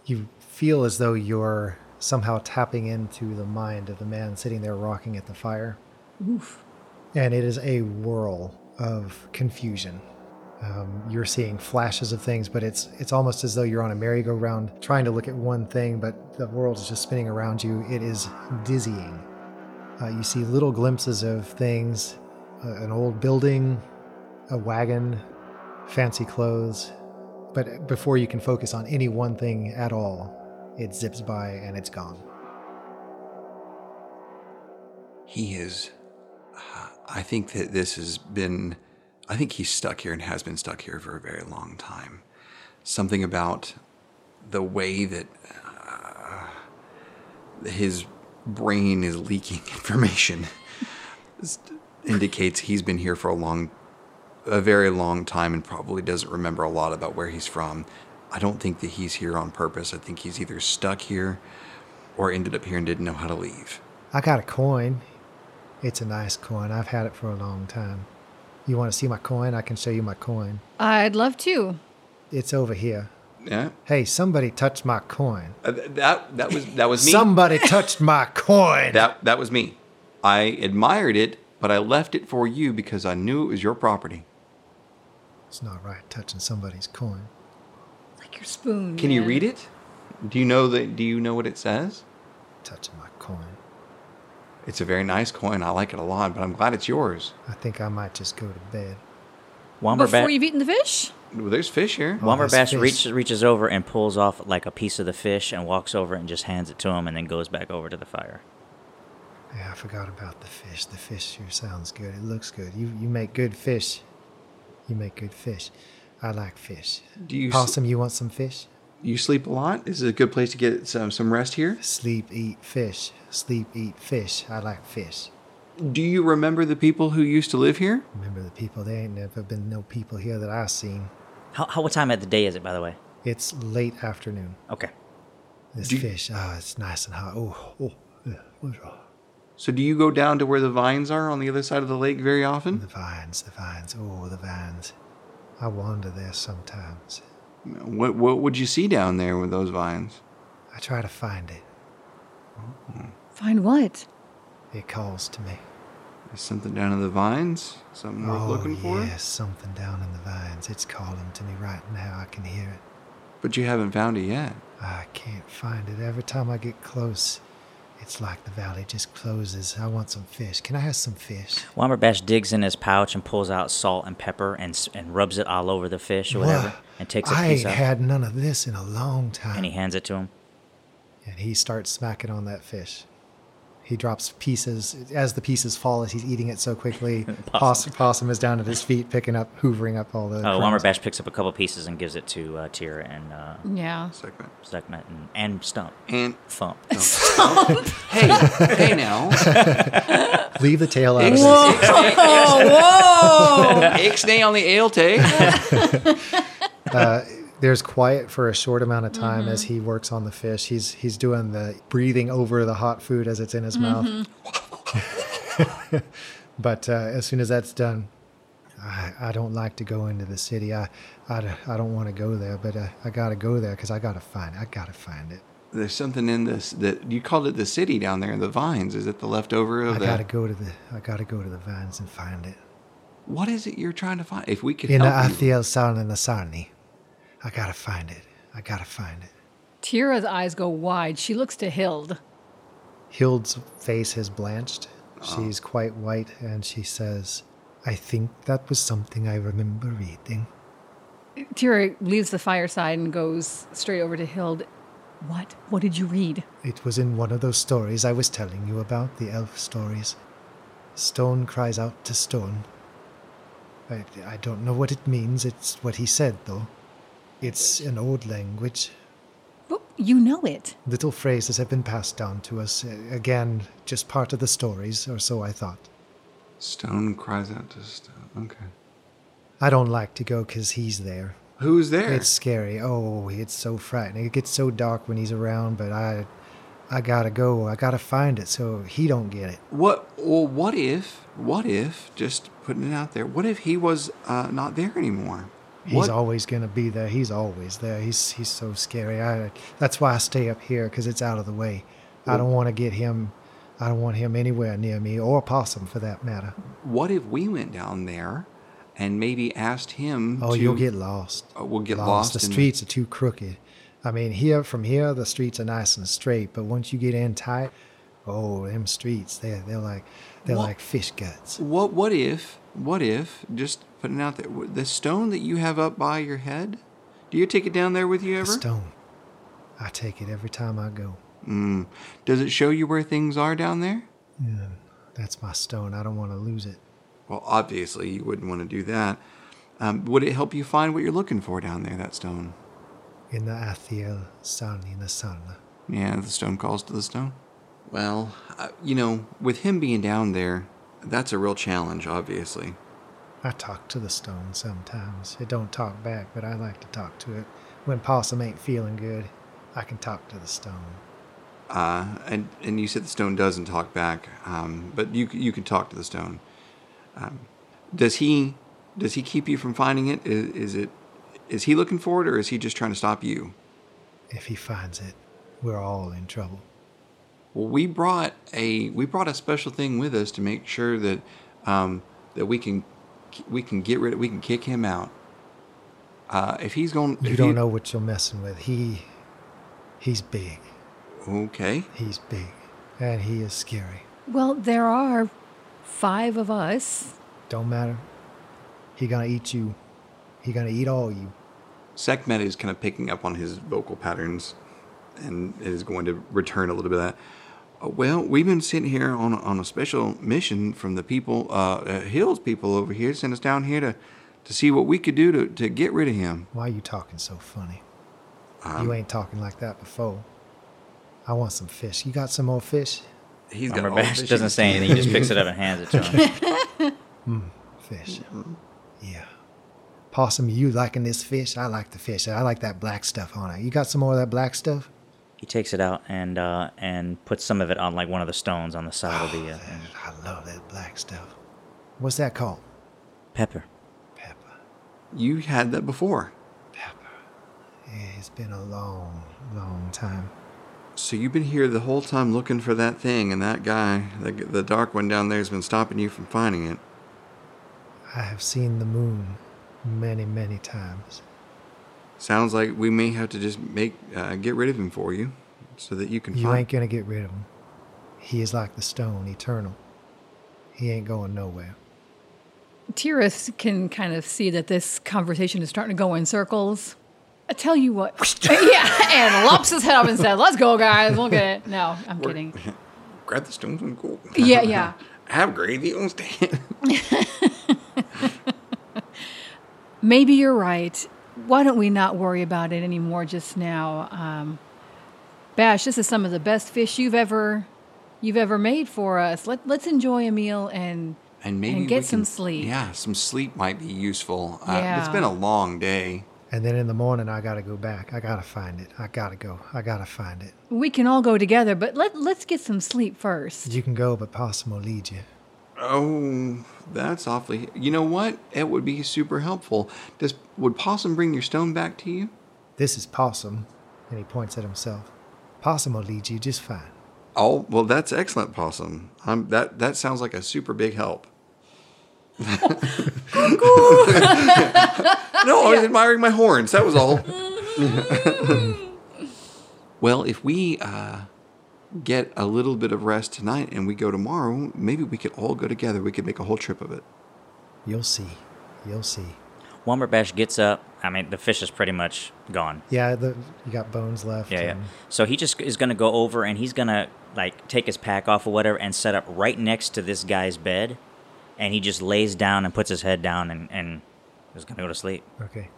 Speaker 1: you feel as though you're somehow tapping into the mind of the man sitting there rocking at the fire. Oof. And it is a whirl of confusion. Um, you're seeing flashes of things, but it's it's almost as though you're on a merry-go-round trying to look at one thing, but the world is just spinning around you. It is dizzying. Uh, you see little glimpses of things, uh, an old building, a wagon, fancy clothes. But before you can focus on any one thing at all, it zips by and it's gone.
Speaker 3: He is. Uh, I think that this has been. I think he's stuck here and has been stuck here for a very long time. Something about the way that uh, his brain is leaking information s- indicates he's been here for a long, a very long time and probably doesn't remember a lot about where he's from. I don't think that he's here on purpose. I think he's either stuck here or ended up here and didn't know how to leave.
Speaker 1: I got a coin. It's a nice coin. I've had it for a long time. You want to see my coin? I can show you my coin.
Speaker 4: I'd love to.
Speaker 1: It's over here.
Speaker 3: Yeah,
Speaker 1: Hey, somebody touched my coin.
Speaker 3: Uh, th- that that was that was me.
Speaker 1: Somebody touched my coin.
Speaker 3: That that was me. I admired it, but I left it for you because I knew it was your property.
Speaker 1: it's not right touching somebody's coin.
Speaker 4: Like your spoon.
Speaker 3: Can you
Speaker 4: man.
Speaker 3: read it? Do you know that? Do you know what it says?
Speaker 1: Touching my coin.
Speaker 3: It's a very nice coin. I like it a lot, but I'm glad it's yours.
Speaker 1: I think I might just go to bed.
Speaker 7: Before
Speaker 2: Womberbat,
Speaker 7: you've eaten the fish?
Speaker 3: Well, there's fish here.
Speaker 1: Well- All this
Speaker 2: Womberbat
Speaker 1: fish.
Speaker 2: reaches, reaches over and pulls off like a piece of the fish and walks over and just hands it to him and then goes back over to the fire.
Speaker 1: Yeah, I forgot about the fish. The fish sure sounds good. It looks good. You you make good fish. You make good fish. I like fish.
Speaker 3: Do you s-
Speaker 1: Possum, you want some fish?
Speaker 3: You sleep a lot. This is a good place to get some some rest here.
Speaker 1: Sleep, eat fish. Sleep, eat fish. I like fish.
Speaker 3: Do you remember the people who used to live here?
Speaker 1: Remember the people? There ain't never been no people here that I seen.
Speaker 2: How, how what time of the day is it, by the way?
Speaker 1: It's late afternoon.
Speaker 2: Okay.
Speaker 1: This
Speaker 3: Do you-
Speaker 1: fish, ah, it's nice and hot. Oh, oh, yeah, what's wrong?
Speaker 3: So do you go down to where the vines are on the other side of the lake very
Speaker 1: the
Speaker 3: often?
Speaker 1: vines, the vines, oh, the vines. I wander there sometimes.
Speaker 3: What what would you see down there with those vines?
Speaker 1: I try to find it.
Speaker 4: Find what?
Speaker 1: It calls to me.
Speaker 3: There's something down in the vines. Something worth
Speaker 1: oh,
Speaker 3: looking for.
Speaker 1: yes, something down in the vines. It's calling to me right now. I can hear it.
Speaker 3: But you haven't found it yet.
Speaker 1: I can't find it. Every time I get close, it's like the valley just closes. I want some fish. Can I have some fish?
Speaker 2: Womberbat digs in his pouch and pulls out salt and pepper and s- and rubs it all over the fish or whatever
Speaker 1: Whoa,
Speaker 2: and takes a
Speaker 1: I
Speaker 2: piece
Speaker 1: ain't
Speaker 2: out
Speaker 1: had none of this in a long time.
Speaker 2: and he hands it to him.
Speaker 1: and he starts smacking on that fish. He drops pieces as the pieces fall as he's eating it so quickly. possum. possum is down at his feet, picking up, hoovering up all the.
Speaker 2: Uh,
Speaker 1: crumbs.
Speaker 2: Womberbat picks up a couple pieces and gives it to uh, Tyr and uh,
Speaker 4: Yeah.
Speaker 3: Segment.
Speaker 2: Stucknut and, and Stump.
Speaker 3: And
Speaker 2: Thump.
Speaker 3: hey, hey now,
Speaker 1: Leave the tail out. Of
Speaker 3: Ex-
Speaker 1: it.
Speaker 3: ixnay on the ale take.
Speaker 1: There's quiet for a short amount of time as he works on the fish. He's he's doing the breathing over the hot food as it's in his mouth. but uh, as soon as that's done, I, I don't like to go into the city. I, I, d- I don't want to go there, but uh, I gotta go there because I gotta find I gotta find it.
Speaker 3: There's something in this that you called it the city down there. The vines. Is it the leftover of
Speaker 1: I
Speaker 3: that?
Speaker 1: gotta go to the I gotta go to the vines and find it.
Speaker 3: What is it you're trying to find? If we could
Speaker 1: In the
Speaker 3: help you.
Speaker 1: Athiel San and the Sarni. I gotta find it. I gotta find it.
Speaker 4: Tira's eyes go wide. She looks to Hild.
Speaker 1: Hild's face has blanched. She's quite white and she says, I think that was something I remember reading.
Speaker 4: Tira leaves the fireside and goes straight over to Hild. What? What did you read?
Speaker 1: It was in one of those stories I was telling you about, the elf stories. Stone cries out to stone. I, I don't know what it means. It's what he said, though. It's an old language.
Speaker 4: But you know it.
Speaker 1: Little phrases have been passed down to us. uh, Again, just part of the stories, or so I thought.
Speaker 3: Stone cries out to stone. Okay.
Speaker 1: I don't like to go 'cause he's there.
Speaker 3: Who's there?
Speaker 1: It's scary. Oh, it's so frightening. It gets so dark when he's around, but I I gotta go. I gotta find it so he don't get it.
Speaker 3: what? Well, what if? What if? Just putting it out there. What if he was uh, not there anymore?
Speaker 1: He's
Speaker 3: what?
Speaker 1: always gonna be there. He's always there. He's he's so scary. I that's why I stay up here 'cause it's out of the way. I don't want to get him. I don't want him anywhere near me or possum for that matter.
Speaker 3: What if we went down there, and maybe asked him?
Speaker 1: Oh,
Speaker 3: to,
Speaker 1: you'll get lost.
Speaker 3: Oh, we'll get lost
Speaker 1: The
Speaker 3: in the-
Speaker 1: streets are too crooked. I mean, here from here, the streets are nice and straight, but once you get in tight, oh, them streets, they're they're like they're
Speaker 3: What-
Speaker 1: like fish guts.
Speaker 3: What? What if What if, just putting out there, w- the stone that you have up by your head, do you take it down there with you
Speaker 1: A
Speaker 3: ever?
Speaker 1: stone. I take it every time I go.
Speaker 3: Does it show you where things are down there?
Speaker 1: Mm, That's my stone. I don't want to lose it.
Speaker 3: Well, obviously, you wouldn't want to do that. Um, would it help you find what you're looking for down there, that stone?
Speaker 1: In the Athiel San in the Sun.
Speaker 3: Yeah, the stone calls to the stone. Well, uh, you know, with him being down there, that's a real challenge, obviously.
Speaker 1: I talk to the stone sometimes. It don't talk back, but I like to talk to it. When Possum ain't feeling good, I can talk to the stone.
Speaker 3: Uh, and, and you said the stone doesn't talk back, um, but you, you can talk to the stone. Um, does he does he keep you from finding it? Is, is it is he looking for it, or is he just trying to stop you?
Speaker 1: If he finds it, we're all in trouble.
Speaker 3: Well, we brought a we brought a special thing with us to make sure that um, that we can we can get rid of we can kick him out. Uh, if he's going,
Speaker 1: You
Speaker 3: if
Speaker 1: don't know what you're messing with. He he's big.
Speaker 3: Okay,
Speaker 1: He's big. And he is scary.
Speaker 4: Well, there are five of us.
Speaker 1: Don't matter. He gonna eat you. He gonna eat all you.
Speaker 3: Sekhmet is kind of picking up on his vocal patterns, and is going to return a little bit of that. Uh, well, we've been sitting here on on a special mission from the people, uh, uh, Hills people over here, sent us down here to to see what we could do to to get rid of him.
Speaker 1: Why you talking so funny? you ain't talking like that before. I want some fish. You got some more fish?
Speaker 3: He's got
Speaker 2: Lumber
Speaker 3: all
Speaker 2: Bash
Speaker 3: the
Speaker 2: doesn't
Speaker 3: issues.
Speaker 2: say anything. He just picks it up and hands it to him.
Speaker 1: Fish. Yeah. Possum, you liking this fish? I like the fish. I like that black stuff on it. You got some more of that black stuff?
Speaker 2: he takes it out and uh, and puts some of it on like one of the stones on the side of the uh,
Speaker 1: I love Oh, that black stuff. What's that called?
Speaker 2: pepper.
Speaker 1: Pepper.
Speaker 3: You had that before.
Speaker 1: Yeah, it's been a long, long time.
Speaker 3: So you've been here the whole time looking for that thing, and that guy, the, the dark one down there, has been stopping you from finding it.
Speaker 1: I have seen the moon many, many times.
Speaker 3: Sounds like we may have to just make uh, get rid of him for you, so that you can
Speaker 1: You
Speaker 3: find.
Speaker 1: ain't gonna get rid of him. He is like the stone, eternal. He ain't going nowhere.
Speaker 4: Tiris can kind of see that this conversation is starting to go in circles. I tell you what. yeah, and lops his head up and said, let's go, guys. We'll get it. No, I'm kidding.
Speaker 3: Grab the stones and go.
Speaker 4: Yeah, yeah.
Speaker 3: Have gravy on stand.
Speaker 4: Maybe you're right. Why don't we not worry about it anymore just now? Um, Bash, this is some of the best fish you've ever you've ever made for us. Let, let's enjoy a meal and
Speaker 3: and maybe
Speaker 4: And
Speaker 3: we
Speaker 4: get some
Speaker 3: can-
Speaker 4: sleep.
Speaker 3: Yeah, some sleep might be useful. Uh, it's
Speaker 4: Yeah.
Speaker 3: been a long day.
Speaker 1: And then in the morning, I gotta go back. I gotta find it. I gotta go. I gotta find it.
Speaker 4: we can all go together. But let let's get some sleep first.
Speaker 1: You can go, but Possum will lead you.
Speaker 3: Oh, that's awfully. You know what? It would be super helpful. Does would Possum bring your stone back to you?
Speaker 1: This is Possum, and he points at himself. Possum will lead you just fine.
Speaker 3: Oh well, that's excellent, Possum. I'm, that that sounds like a super big help. no, I was admiring my horns. That was all. well, if we uh, get a little bit of rest tonight and we go tomorrow, maybe we could all go together. We could make a whole trip of it.
Speaker 1: You'll see. You'll see.
Speaker 2: Womberbash gets up. I mean, the fish is pretty much gone.
Speaker 1: Yeah, the, you got bones left.
Speaker 2: Yeah, yeah.
Speaker 1: and-
Speaker 2: So he just is gonna go over and he's gonna like take his pack off or whatever and set up right next to this guy's bed, and he just lays down and puts his head down and and is gonna go to sleep.
Speaker 1: Okay.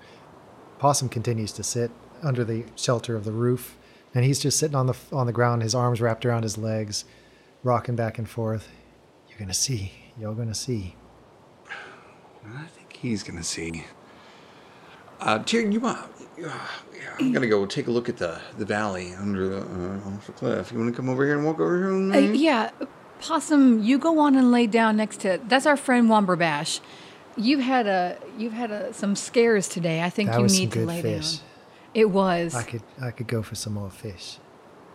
Speaker 1: Possum continues to sit under the shelter of the roof, and he's just sitting on the on the ground, his arms wrapped around his legs, rocking back and forth. You're gonna see. You're gonna see.
Speaker 3: I think he's gonna see. Uh, Tyrion, you want? yeah, I'm gonna go take a look at the the valley under the uh, off the cliff. You want to come over here and walk over here? With
Speaker 4: Uh,
Speaker 1: Mm-hmm.
Speaker 3: me?
Speaker 4: yeah, Possum, you go on and lay down next to. That's our friend Womberbash. You've had a you've had a, some scares today. I think
Speaker 1: That
Speaker 4: you
Speaker 1: was some
Speaker 4: need to
Speaker 1: good
Speaker 4: lay
Speaker 1: fish.
Speaker 4: down. It was.
Speaker 1: I could I could go for some more fish.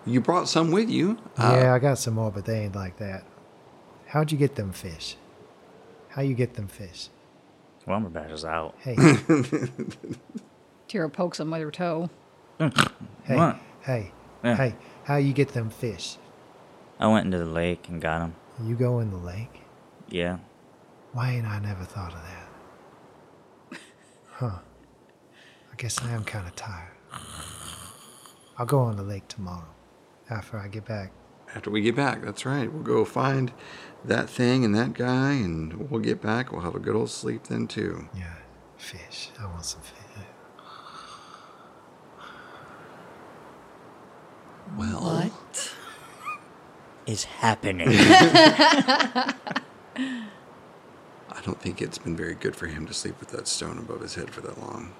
Speaker 3: You brought some with you.
Speaker 2: Uh,
Speaker 3: uh,
Speaker 1: yeah, I got some more, but they ain't like that. How'd you get them fish? How you get them fish?
Speaker 2: Womberbash is out.
Speaker 1: Hey,
Speaker 4: Tira pokes him with her toe.
Speaker 1: hey,
Speaker 2: What?
Speaker 1: hey,
Speaker 2: Yeah.
Speaker 1: hey! How you get them fish?
Speaker 2: I went into the lake and got him.
Speaker 1: You go in the lake.
Speaker 2: Yeah.
Speaker 1: Why ain't I never thought of that? Huh. I guess I am kind of tired. I'll go on the lake tomorrow after I get back.
Speaker 3: After we get back, that's right. We'll go find that thing and that guy, and we'll get back. We'll have a good old sleep then, too.
Speaker 1: Yeah, fish. I want some fish.
Speaker 3: Well,
Speaker 2: is happening.
Speaker 3: I don't think it's been very good for him to sleep with that stone above his head for that long.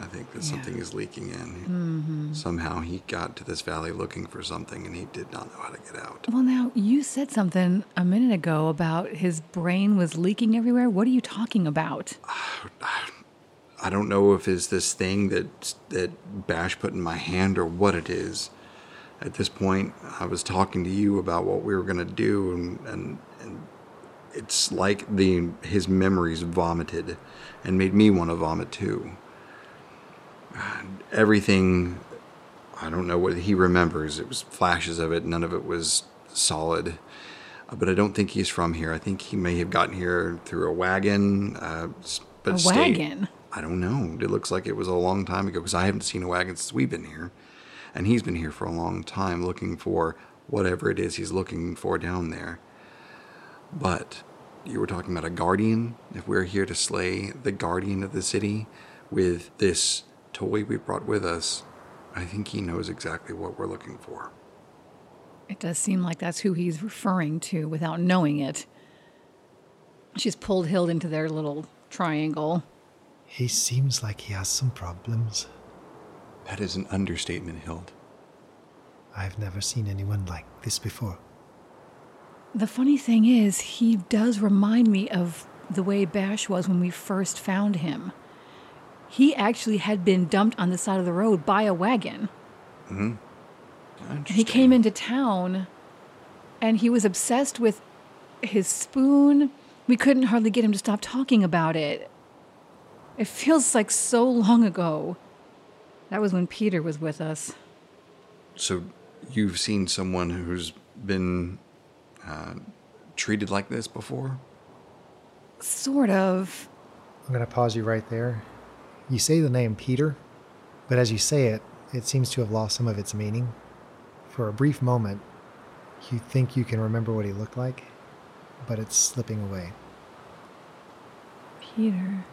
Speaker 3: I think that something is leaking in. Somehow he got to this valley looking for something, and he did not know how to get out.
Speaker 4: Well, now you said something a minute ago about his brain was leaking everywhere. What are you talking about?
Speaker 3: I don't know if it's this thing that that Bash put in my hand or what it is. At this point, I was talking to you about what we were gonna do, and and, and it's like the his memories vomited, and made me want to vomit too. And Everything, I don't know what he remembers. It was flashes of it. None of it was solid. Uh, But I don't think he's from here. I think he may have gotten here through a wagon. Uh, s- but
Speaker 4: A
Speaker 3: stayed-
Speaker 4: wagon?
Speaker 3: I don't know. It looks like it was a long time ago because I haven't seen a wagon since we've been here. And he's been here for a long time looking for whatever it is he's looking for down there. But you were talking about a guardian. If we're here to slay the guardian of the city with this toy we brought with us, I think he knows exactly what we're looking for.
Speaker 4: It does seem like that's who he's referring to without knowing it. She's pulled Hild into their little triangle.
Speaker 1: He seems like he has some problems.
Speaker 3: That is an understatement, Hild.
Speaker 1: I've never seen anyone like this before.
Speaker 4: The funny thing is, he does remind me of the way Bash was when we first found him. He actually had been dumped on the side of the road by a wagon. He came into town and he was obsessed with his spoon. We couldn't hardly get him to stop talking about it. It feels like so long ago. That was when Peter was with us.
Speaker 3: So you've seen someone who's been uh, treated like this before?
Speaker 4: Sort of.
Speaker 1: I'm going to pause you right there. You say the name Peter, but as you say it, it seems to have lost some of its meaning. For a brief moment, you think you can remember what he looked like, but it's slipping away.
Speaker 4: Peter.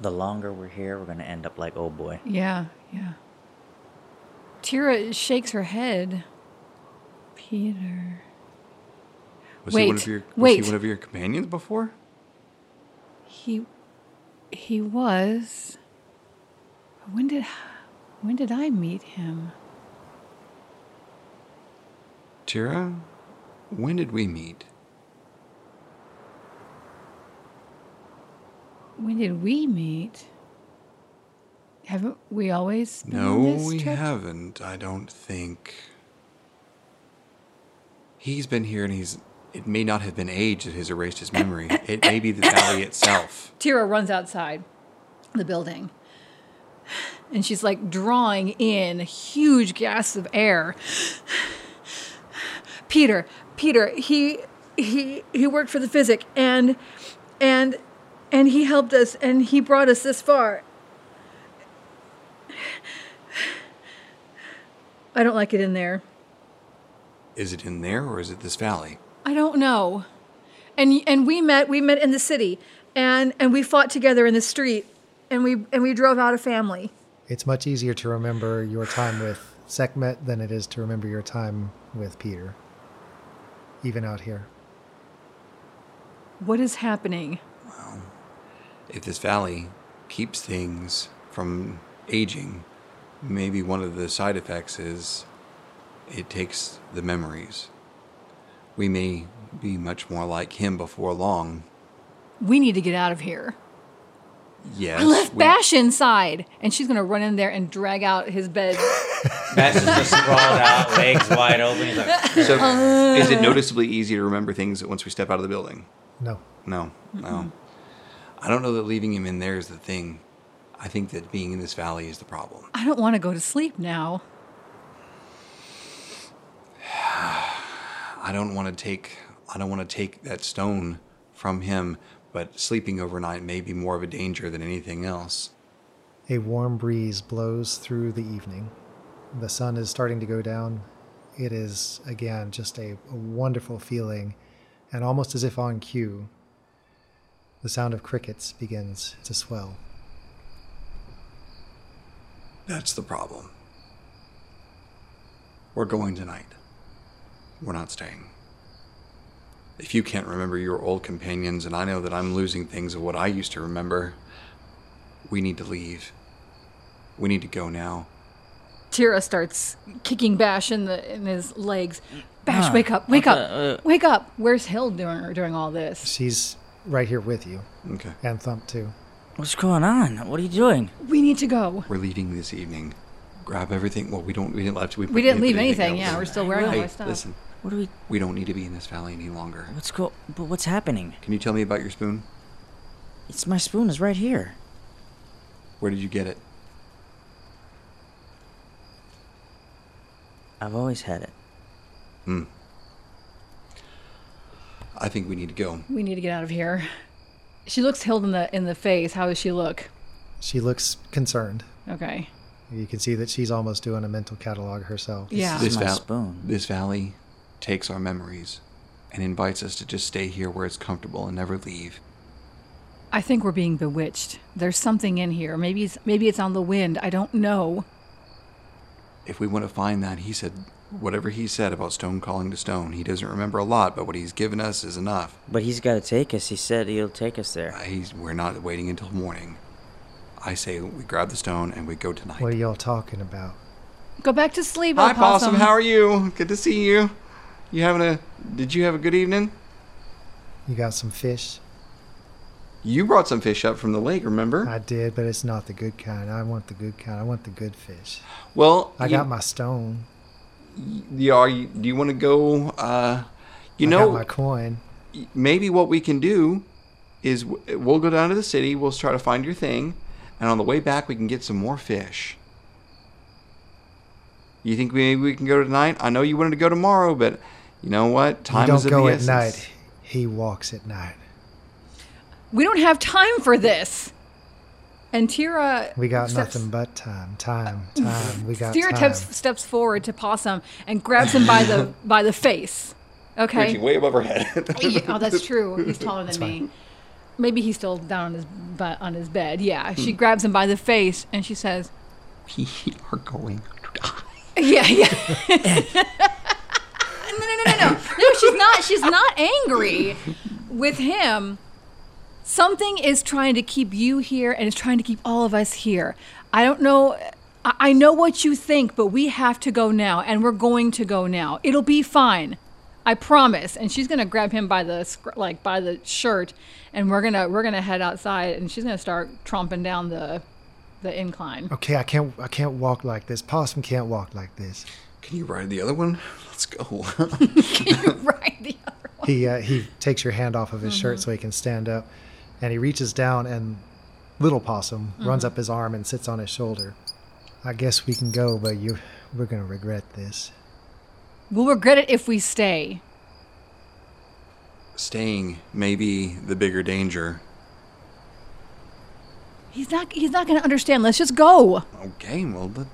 Speaker 2: the longer we're here, we're gonna end up like oh boy.
Speaker 4: Yeah, yeah. Tira shakes her head. Peter.
Speaker 3: Was he one
Speaker 4: Wait,
Speaker 3: of your was he
Speaker 4: wait.
Speaker 3: one of your companions before?
Speaker 4: He he was when did when did I meet him?
Speaker 3: Tira, when did we meet?
Speaker 4: When did we meet? Haven't we always been
Speaker 3: No,
Speaker 4: on this
Speaker 3: we
Speaker 4: trip?
Speaker 3: haven't. I don't think. He's been here, and he's. It may not have been age that has erased his memory. It may be the valley itself.
Speaker 4: Tira runs outside the building. And she's like drawing in huge gasps of air. Peter, Peter, he he he worked for the physic and and and he helped us and he brought us this far. I don't like it in there.
Speaker 3: Is it in there, or is it this valley?
Speaker 4: I don't know. And and we met we met in the city and and we fought together in the street and we and we drove out a family.
Speaker 1: It's much easier to remember your time with Sekhmet than it is to remember your time with Peter, even out here.
Speaker 4: What is happening?
Speaker 3: If this valley keeps things from aging, maybe one of the side effects is it takes the memories. We may be much more like him before long.
Speaker 4: We need to get out of here.
Speaker 3: Yes.
Speaker 4: I left
Speaker 3: we-
Speaker 4: Bash inside, and she's gonna run in there and drag out his bed.
Speaker 2: Bash is just sprawled out, legs wide open. He's like,
Speaker 3: So, is it noticeably easy to remember things once we step out of the building?
Speaker 1: No,
Speaker 3: No, no. I don't know that leaving him in there is the thing. I think that being in this valley is the problem.
Speaker 4: I don't want to go to sleep now.
Speaker 3: I don't want to take. I don't want to take that stone from him, but sleeping overnight may be more of a danger than anything else.
Speaker 1: A warm breeze blows through the evening. The sun is starting to go down. It is, again, just a, a wonderful feeling, and almost as if on cue, the sound of crickets begins to swell.
Speaker 3: That's the problem. We're going tonight. We're not staying. If you can't remember your old companions, and I know that I'm losing things of what I used to remember, we need to leave. We need to go now.
Speaker 4: Tira starts kicking Bash in the in his legs. Bash,
Speaker 2: Ah,
Speaker 4: wake up, wake
Speaker 2: okay,
Speaker 4: up, wake up. Where's Hill during during all this?
Speaker 1: She's right here with you,
Speaker 3: Okay.
Speaker 1: and Thump too.
Speaker 2: What's going on? What are you doing?
Speaker 4: We need to go.
Speaker 3: We're leaving this evening. Grab everything. Well, we don't. We didn't leave. We,
Speaker 4: We didn't leave anything.
Speaker 3: else
Speaker 4: Yeah,
Speaker 3: in.
Speaker 4: we're still wearing all
Speaker 3: Hey,
Speaker 4: our stuff.
Speaker 3: listen.
Speaker 2: What are we?
Speaker 3: We don't need to be in this valley any longer.
Speaker 2: What's go? But what's happening?
Speaker 3: Can you tell me about your spoon?
Speaker 2: It's my spoon is right here.
Speaker 3: Where did you get it?
Speaker 2: I've always had it.
Speaker 3: I think we need to go.
Speaker 4: We need to get out of here. She looks Hill in the in the face. How does she look?
Speaker 1: She looks concerned.
Speaker 4: Okay.
Speaker 1: You can see that she's almost doing a mental catalog herself.
Speaker 4: Yeah.
Speaker 2: This is my
Speaker 3: val-
Speaker 2: spoon.
Speaker 3: This valley takes our memories and invites us to just stay here where it's comfortable and never leave.
Speaker 4: I think we're being bewitched. There's something in here. Maybe it's maybe it's on the wind. I don't know.
Speaker 3: If we want to find that, he said whatever he said about stone calling to stone. He doesn't remember a lot, but what he's given us is enough.
Speaker 2: But he's got to take us. He said he'll take us there.
Speaker 3: He's, we're not waiting until morning. I say we grab the stone and we go tonight.
Speaker 1: What are y'all talking about?
Speaker 4: Go back to sleep,
Speaker 3: Hi,
Speaker 4: opossum.
Speaker 3: Possum. How are you? Good to see you. You having a? Did you have a good evening?
Speaker 1: You got some fish?
Speaker 3: You brought some fish up from the lake, remember?
Speaker 1: I did, but it's not the good kind. I want the good kind. I want the good fish.
Speaker 3: well,
Speaker 1: I
Speaker 3: you-
Speaker 1: got my stone.
Speaker 3: You, are you, do you want to go? Uh, you
Speaker 1: I
Speaker 3: know,
Speaker 1: got my coin.
Speaker 3: maybe what we can do is w- we'll go down to the city. We'll try to find your thing, and on the way back we can get some more fish. You think we, maybe we can go tonight? I know you wanted to go tomorrow, but you know what?
Speaker 1: You
Speaker 3: Time is
Speaker 1: don't
Speaker 3: of
Speaker 1: go
Speaker 3: the
Speaker 1: at
Speaker 3: essence.
Speaker 1: night. He walks at night.
Speaker 4: We don't have time for this. And Tira
Speaker 1: We got
Speaker 4: steps-
Speaker 1: nothing but time. Time. Time. We got
Speaker 4: Tira
Speaker 1: time.
Speaker 4: steps, steps forward to Possum and grabs him by the by the face. Okay.
Speaker 3: Reaching way above her head.
Speaker 4: Yeah, oh, that's true. He's taller than me. Maybe he's still down on his butt on his bed. Yeah. She grabs him by the face and she says,
Speaker 3: Hmm. we are going.
Speaker 4: "Yeah, yeah." no, no, no, no, no. No, she's not. She's not angry with him. Something is trying to keep you here and is trying to keep all of us here. I don't know. I I know what you think, but we have to go now, and we're going to go now. It'll be fine. I promise. And she's gonna grab him by the scr- like by the shirt, and we're gonna we're gonna head outside, and she's gonna start tromping down the the incline.
Speaker 1: Okay, I can't. I can't walk like this. Possum can't walk like this.
Speaker 3: Can you ride the other one? Let's go.
Speaker 4: right. The other one.
Speaker 1: He uh, he takes your hand off of his shirt so he can stand up, and he reaches down and little possum runs up his arm and sits on his shoulder. I guess we can go, but you we're gonna regret this.
Speaker 4: We'll regret it if we stay.
Speaker 3: Staying may be the bigger danger.
Speaker 4: He's not. He's not going to understand. Let's just go.
Speaker 3: Okay, well, the,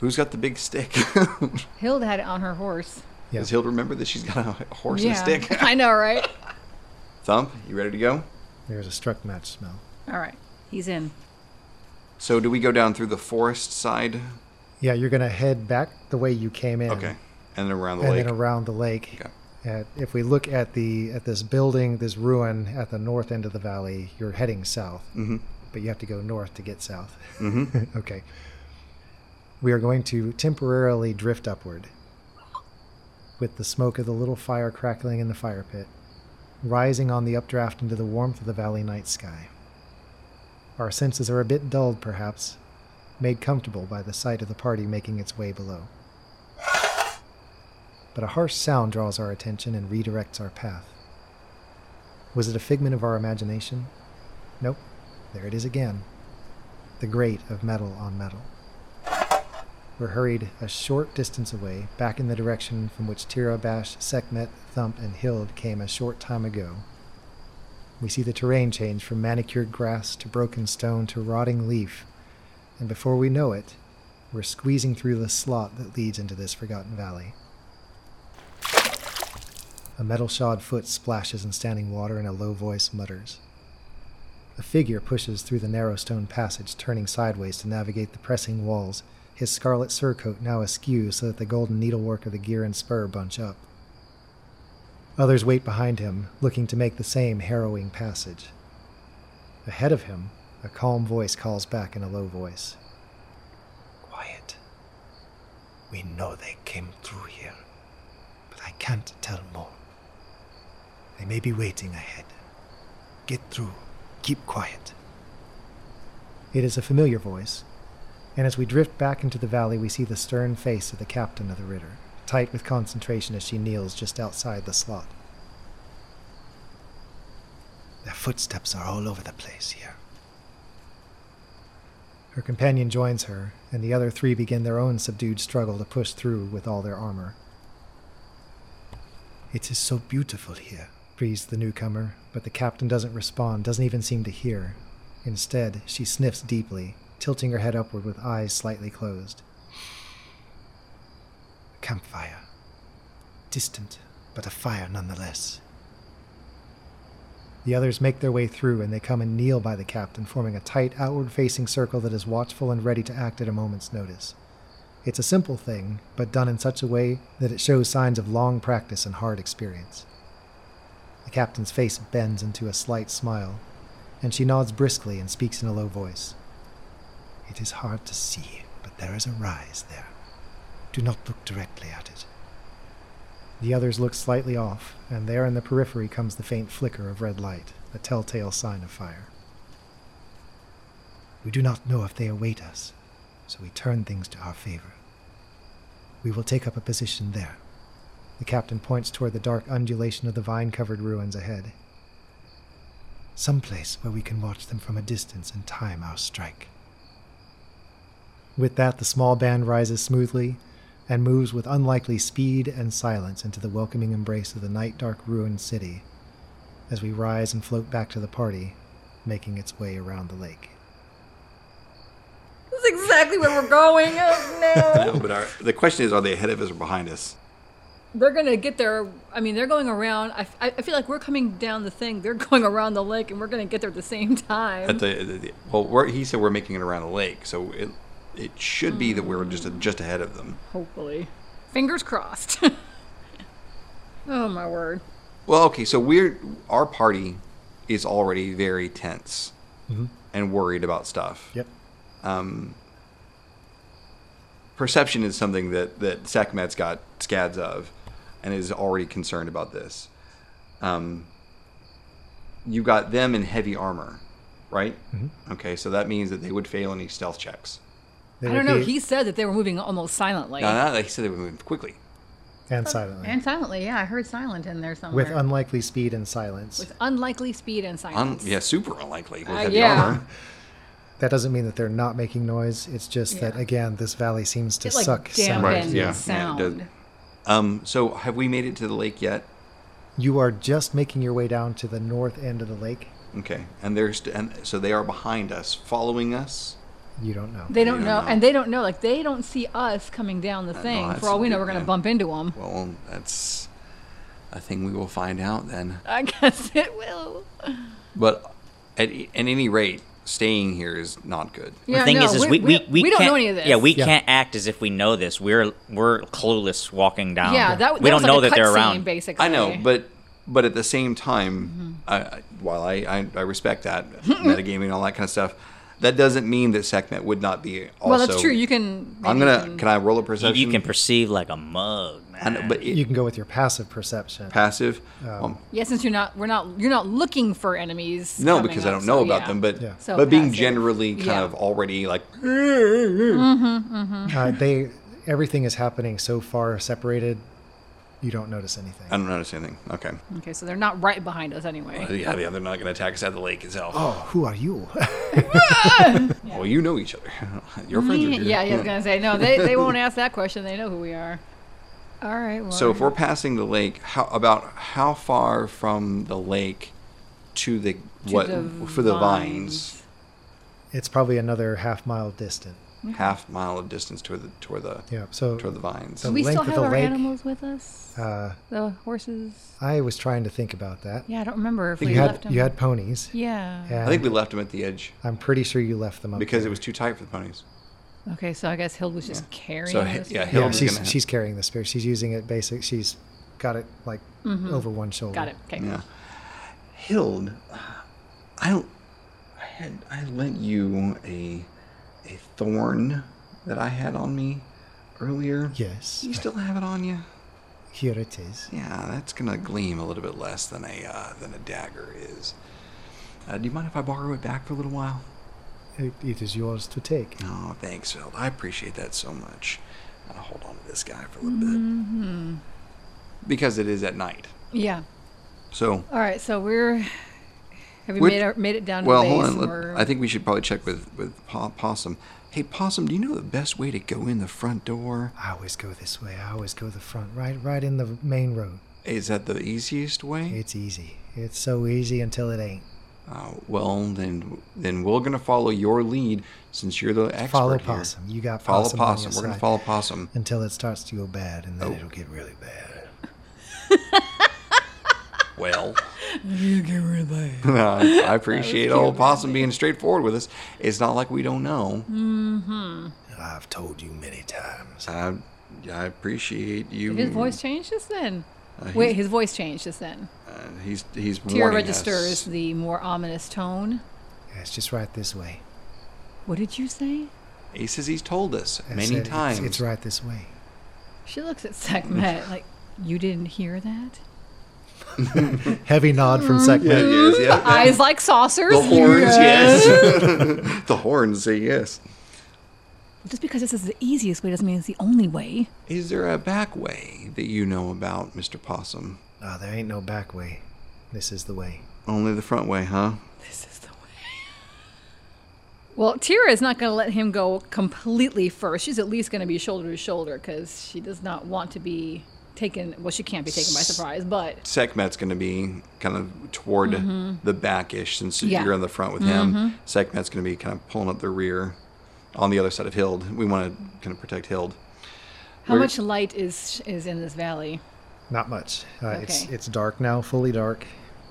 Speaker 3: who's got the big stick?
Speaker 4: Hilda had it on her horse.
Speaker 3: Does Hild remember that she's got a horse and a stick?
Speaker 4: I know, right?
Speaker 3: Thump, you ready to go?
Speaker 1: There's a struck match smell.
Speaker 4: All right. He's in.
Speaker 3: So, do we go down through the forest side?
Speaker 1: Yeah, you're gonna head back the way you came in.
Speaker 3: Okay, and then around the
Speaker 1: and
Speaker 3: lake.
Speaker 1: then around the lake.
Speaker 3: Okay.
Speaker 1: At, if we look at the at this building, this ruin at the north end of the valley, you're heading south, mm-hmm. but you have to go north to get south. Mm-hmm. okay. We are going to temporarily drift upward, with the smoke of the little fire crackling in the fire pit, rising on the updraft into the warmth of the valley night sky. Our senses are a bit dulled, perhaps, made comfortable by the sight of the party making its way below but a harsh sound draws our attention and redirects our path. Was it a figment of our imagination? Nope. There it is again. The grate of metal on metal. We're hurried a short distance away, back in the direction from which Tira, Bash, Sekhmet, Thump, and Hild came a short time ago, We see the terrain change from manicured grass to broken stone to rotting leaf, and before we know it, we're squeezing through the slot that leads into this forgotten valley. A metal shod foot splashes in standing water and a low voice mutters. A figure pushes through the narrow stone passage, turning sideways to navigate the pressing walls, his scarlet surcoat now askew so that the golden needlework of the gear and spur bunch up. Others wait behind him, looking to make the same harrowing passage. Ahead of him, a calm voice calls back in a low voice Quiet. We know they came through here, but I can't tell more. They may be waiting ahead. Get through. Keep quiet. It is a familiar voice, and as we drift back into the valley, we see the stern face of the captain of the Ritter, tight with concentration as she kneels just outside the slot. Their footsteps are all over the place here. Her companion joins her, and the other three begin their own subdued struggle to push through with all their armor. It is so beautiful here, breathes the newcomer, but the captain doesn't respond, doesn't even seem to hear. Instead, she sniffs deeply, tilting her head upward with eyes slightly closed campfire. Distant, but a fire nonetheless. The others make their way through and they come and kneel by the captain, forming a tight, outward facing circle that is watchful and ready to act at a moment's notice. It's a simple thing, but done in such a way that it shows signs of long practice and hard experience. The captain's face bends into a slight smile, and she nods briskly and speaks in a low voice. It is hard to see, but there is a rise there. Do not look directly at it. The others look slightly off, and there in the periphery comes the faint flicker of red light, a telltale sign of fire. We do not know if they await us, so we turn things to our favor. We will take up a position there. The captain points toward the dark undulation of the vine covered ruins ahead. Some place where we can watch them from a distance and time our strike. With that, the small band rises smoothly, and moves with unlikely speed and silence into the welcoming embrace of the night dark ruined city as we rise and float back to the party, making its way around the lake.
Speaker 7: That's exactly where we're going. Oh no.
Speaker 3: No, but our, the question is, are they ahead of us or behind us?
Speaker 4: They're gonna get there. I mean, they're going around. I, I I feel like we're coming down the thing. They're going around the lake, and we're gonna get there at the same time.
Speaker 3: At the, the, the well, we're, he said we're making it around the lake, so it it should be that we're just just ahead of them.
Speaker 4: Hopefully, fingers crossed. oh my word!
Speaker 3: Well, okay, so we're our party is already very tense
Speaker 1: Mm-hmm.
Speaker 3: and worried about stuff.
Speaker 1: Yep.
Speaker 3: Um, perception is something that that Sakmet's got scads of, and is already concerned about this. Um, you got them in heavy armor, right? Okay, so that means that they would fail any stealth checks.
Speaker 1: They
Speaker 4: I
Speaker 1: would
Speaker 4: don't know.
Speaker 1: be-
Speaker 4: He said that they were moving almost silently.
Speaker 3: No, no, he said they would move quickly.
Speaker 1: and silently.
Speaker 4: And silently, yeah, I heard silent in there somewhere.
Speaker 1: with unlikely speed and silence.
Speaker 4: With unlikely speed and
Speaker 3: Un-
Speaker 4: silence.
Speaker 3: yeah, super unlikely with
Speaker 4: Uh,
Speaker 3: heavy
Speaker 4: yeah.
Speaker 3: armor.
Speaker 1: that doesn't mean that they're not making noise. It's just that again, this valley seems to
Speaker 4: It, like,
Speaker 1: suck
Speaker 4: dampens
Speaker 1: sound.
Speaker 3: Right, yeah, yeah, it
Speaker 4: sound.
Speaker 3: does. Um, so have we made it to the lake yet?
Speaker 1: You are just making your way down to the north end of the lake.
Speaker 3: Okay, and there's and so they are behind us, following us.
Speaker 1: You don't know.
Speaker 4: They don't
Speaker 3: don't
Speaker 4: know,
Speaker 3: know.
Speaker 4: and they don't know. Like they don't see us coming down the thing.
Speaker 3: that's
Speaker 4: For all we know,
Speaker 3: something,
Speaker 4: we're gonna
Speaker 3: yeah.
Speaker 4: bump into them.
Speaker 3: Well, that's a thing we will find out then.
Speaker 4: I guess it will.
Speaker 3: But at, e, at any rate, staying here is not good.
Speaker 2: The thing
Speaker 4: no,
Speaker 2: is, is
Speaker 4: we,
Speaker 2: we, we, we,
Speaker 4: don't
Speaker 2: can't,
Speaker 4: know any of this.
Speaker 2: Yeah, we
Speaker 1: Yeah.
Speaker 2: can't act as if we know this. We're we're clueless walking down.
Speaker 4: Yeah, that, that
Speaker 2: we don't
Speaker 4: was like
Speaker 2: know
Speaker 4: a
Speaker 2: that they're
Speaker 4: cutscene,
Speaker 2: around.
Speaker 4: Basically,
Speaker 3: I know, but but at the same
Speaker 4: Mm-hmm.
Speaker 3: time, I I, while I, I I respect that metagaming and all that kind of stuff, that doesn't mean that Sekhmet would not be also.
Speaker 4: well, that's true. You can.
Speaker 3: I'm
Speaker 4: maybe
Speaker 3: gonna.
Speaker 4: you
Speaker 3: Can I roll a
Speaker 2: You,
Speaker 3: perception?
Speaker 2: you can perceive like a mug, man.
Speaker 3: I know, but it,
Speaker 1: You can go with your passive perception.
Speaker 3: passive. Um,
Speaker 4: Yeah, since you're not, we're not, you're not looking for enemies.
Speaker 3: No,
Speaker 4: coming
Speaker 3: because I
Speaker 4: up,
Speaker 3: don't
Speaker 4: so
Speaker 3: know about
Speaker 4: yeah.
Speaker 3: them, but
Speaker 1: Yeah.
Speaker 4: So
Speaker 3: but being
Speaker 4: passive.
Speaker 3: generally kind
Speaker 4: Yeah.
Speaker 3: of
Speaker 4: Mm-hmm.
Speaker 3: already like
Speaker 1: Uh, they everything is happening so far separated. You don't notice anything.
Speaker 3: I don't notice anything. Okay,
Speaker 4: okay, so they're not right behind us anyway.
Speaker 3: yeah, yeah, they're not going to attack us at the lake itself.
Speaker 1: oh, who are you?
Speaker 3: Well, you know each other. Your friends are here.
Speaker 4: yeah, yeah, I was gonna say no. They they won't ask that question. They know who we are. All right. Well,
Speaker 3: So if we're passing the lake, how about how far from the lake to the what
Speaker 4: the
Speaker 3: for the vines,
Speaker 1: It's probably another half mile distant.
Speaker 3: half mile of distance toward the toward the
Speaker 1: Yeah. So
Speaker 3: toward the vines.
Speaker 1: The
Speaker 4: Do we still
Speaker 1: length of
Speaker 4: have
Speaker 1: the
Speaker 4: our
Speaker 1: lake.
Speaker 4: animals with us?
Speaker 1: uh,
Speaker 4: the horses?
Speaker 1: I was trying to think about that.
Speaker 4: Yeah, I don't remember if we
Speaker 1: You
Speaker 4: left
Speaker 1: had
Speaker 4: them.
Speaker 1: you had ponies.
Speaker 4: yeah.
Speaker 1: And
Speaker 3: I think we left them at the edge
Speaker 1: I'm pretty sure you left them up
Speaker 3: because
Speaker 1: there.
Speaker 3: it was too tight for the ponies.
Speaker 4: Okay, so I guess Hild was just carrying
Speaker 3: So hi-
Speaker 4: this.
Speaker 3: yeah,
Speaker 4: one.
Speaker 3: Hild
Speaker 1: Yeah,
Speaker 3: was
Speaker 1: she's
Speaker 3: gonna-
Speaker 1: she's carrying the spear. She's using it basic. She's got it like over one shoulder.
Speaker 4: Mm-hmm. Got it. Okay.
Speaker 3: Yeah. Hild, I don't. I had I lent you a a thorn that I had on me earlier.
Speaker 1: Yes.
Speaker 3: You still have it on you?
Speaker 1: Here it is.
Speaker 3: Yeah, that's gonna gleam a little bit less than a uh, than a dagger is. Uh, do you mind if I borrow it back for a little while?
Speaker 1: It, it is yours to take.
Speaker 3: No, thanks, Hild. I appreciate that so much. I'll hold on to this guy for a little
Speaker 1: Mm-hmm.
Speaker 3: bit because it is at night.
Speaker 4: Yeah.
Speaker 3: So
Speaker 4: All right, so we're have we
Speaker 3: We're-
Speaker 4: made our, made it down to
Speaker 3: Well,
Speaker 4: the base?
Speaker 3: hold on.
Speaker 4: and
Speaker 3: Let-
Speaker 4: we're-
Speaker 3: I think we should probably check with with Po- Possum. Hey, Possum, do you know the best way to go in the front door?
Speaker 1: I always go this way. I always go the front, right, right in the main road.
Speaker 3: Is that the easiest way?
Speaker 1: It's easy. It's so easy until it ain't.
Speaker 3: Uh, well, then then we're gonna follow your lead since you're the expert
Speaker 1: Follow
Speaker 3: here.
Speaker 1: possum. You got
Speaker 3: Follow
Speaker 1: possum.
Speaker 3: possum.
Speaker 1: on your
Speaker 3: We're gonna
Speaker 1: side
Speaker 3: follow Oh. Possum.
Speaker 1: until it starts to go bad, and then it'll get really bad.
Speaker 3: Well. I I appreciate old Possum being straightforward with us. It's not like we don't know.
Speaker 1: I've told you many times.
Speaker 3: I, I appreciate you.
Speaker 4: Did his voice changed just then.
Speaker 3: Uh,
Speaker 4: Wait,
Speaker 3: he's-
Speaker 4: his voice changed just then.
Speaker 3: Uh, he's he's
Speaker 4: Tira
Speaker 3: warning
Speaker 4: registers
Speaker 3: us.
Speaker 4: the more ominous tone.
Speaker 1: Yeah, it's just right this way.
Speaker 4: What did you say?
Speaker 3: He says he's told us
Speaker 1: I
Speaker 3: many
Speaker 1: said it's-
Speaker 3: times.
Speaker 1: It's, right this way.
Speaker 4: She looks at Sekhmet like, you didn't hear that?
Speaker 1: Heavy nod
Speaker 4: Mm-hmm.
Speaker 1: from Sekhmet.
Speaker 3: Yes, yeah.
Speaker 4: Eyes like saucers.
Speaker 3: The horns, yes. the horns say yes.
Speaker 4: Just because this is the easiest way doesn't mean it's the only way.
Speaker 3: Is there a back way that you know about, Mr. Possum?
Speaker 1: Ah, there ain't no back way. This is the way.
Speaker 3: Only the front way, huh?
Speaker 4: This is the way. Well, Tira is not going to let him go completely first. She's at least going to be shoulder to shoulder because she does not want to be taken. Well, she can't be taken by surprise, but
Speaker 3: Sekhmet's going to be kind of toward the backish since
Speaker 4: Mm-hmm. Yeah. Mm-hmm.
Speaker 3: you're in the front with him. Sekhmet's going to be kind of pulling up the rear on the other side of Hild. We want to kind of protect Hild.
Speaker 4: how
Speaker 3: We're-
Speaker 4: much light is is in this valley?
Speaker 1: Not much. Uh, It's
Speaker 4: Okay.
Speaker 1: it's dark now, fully dark.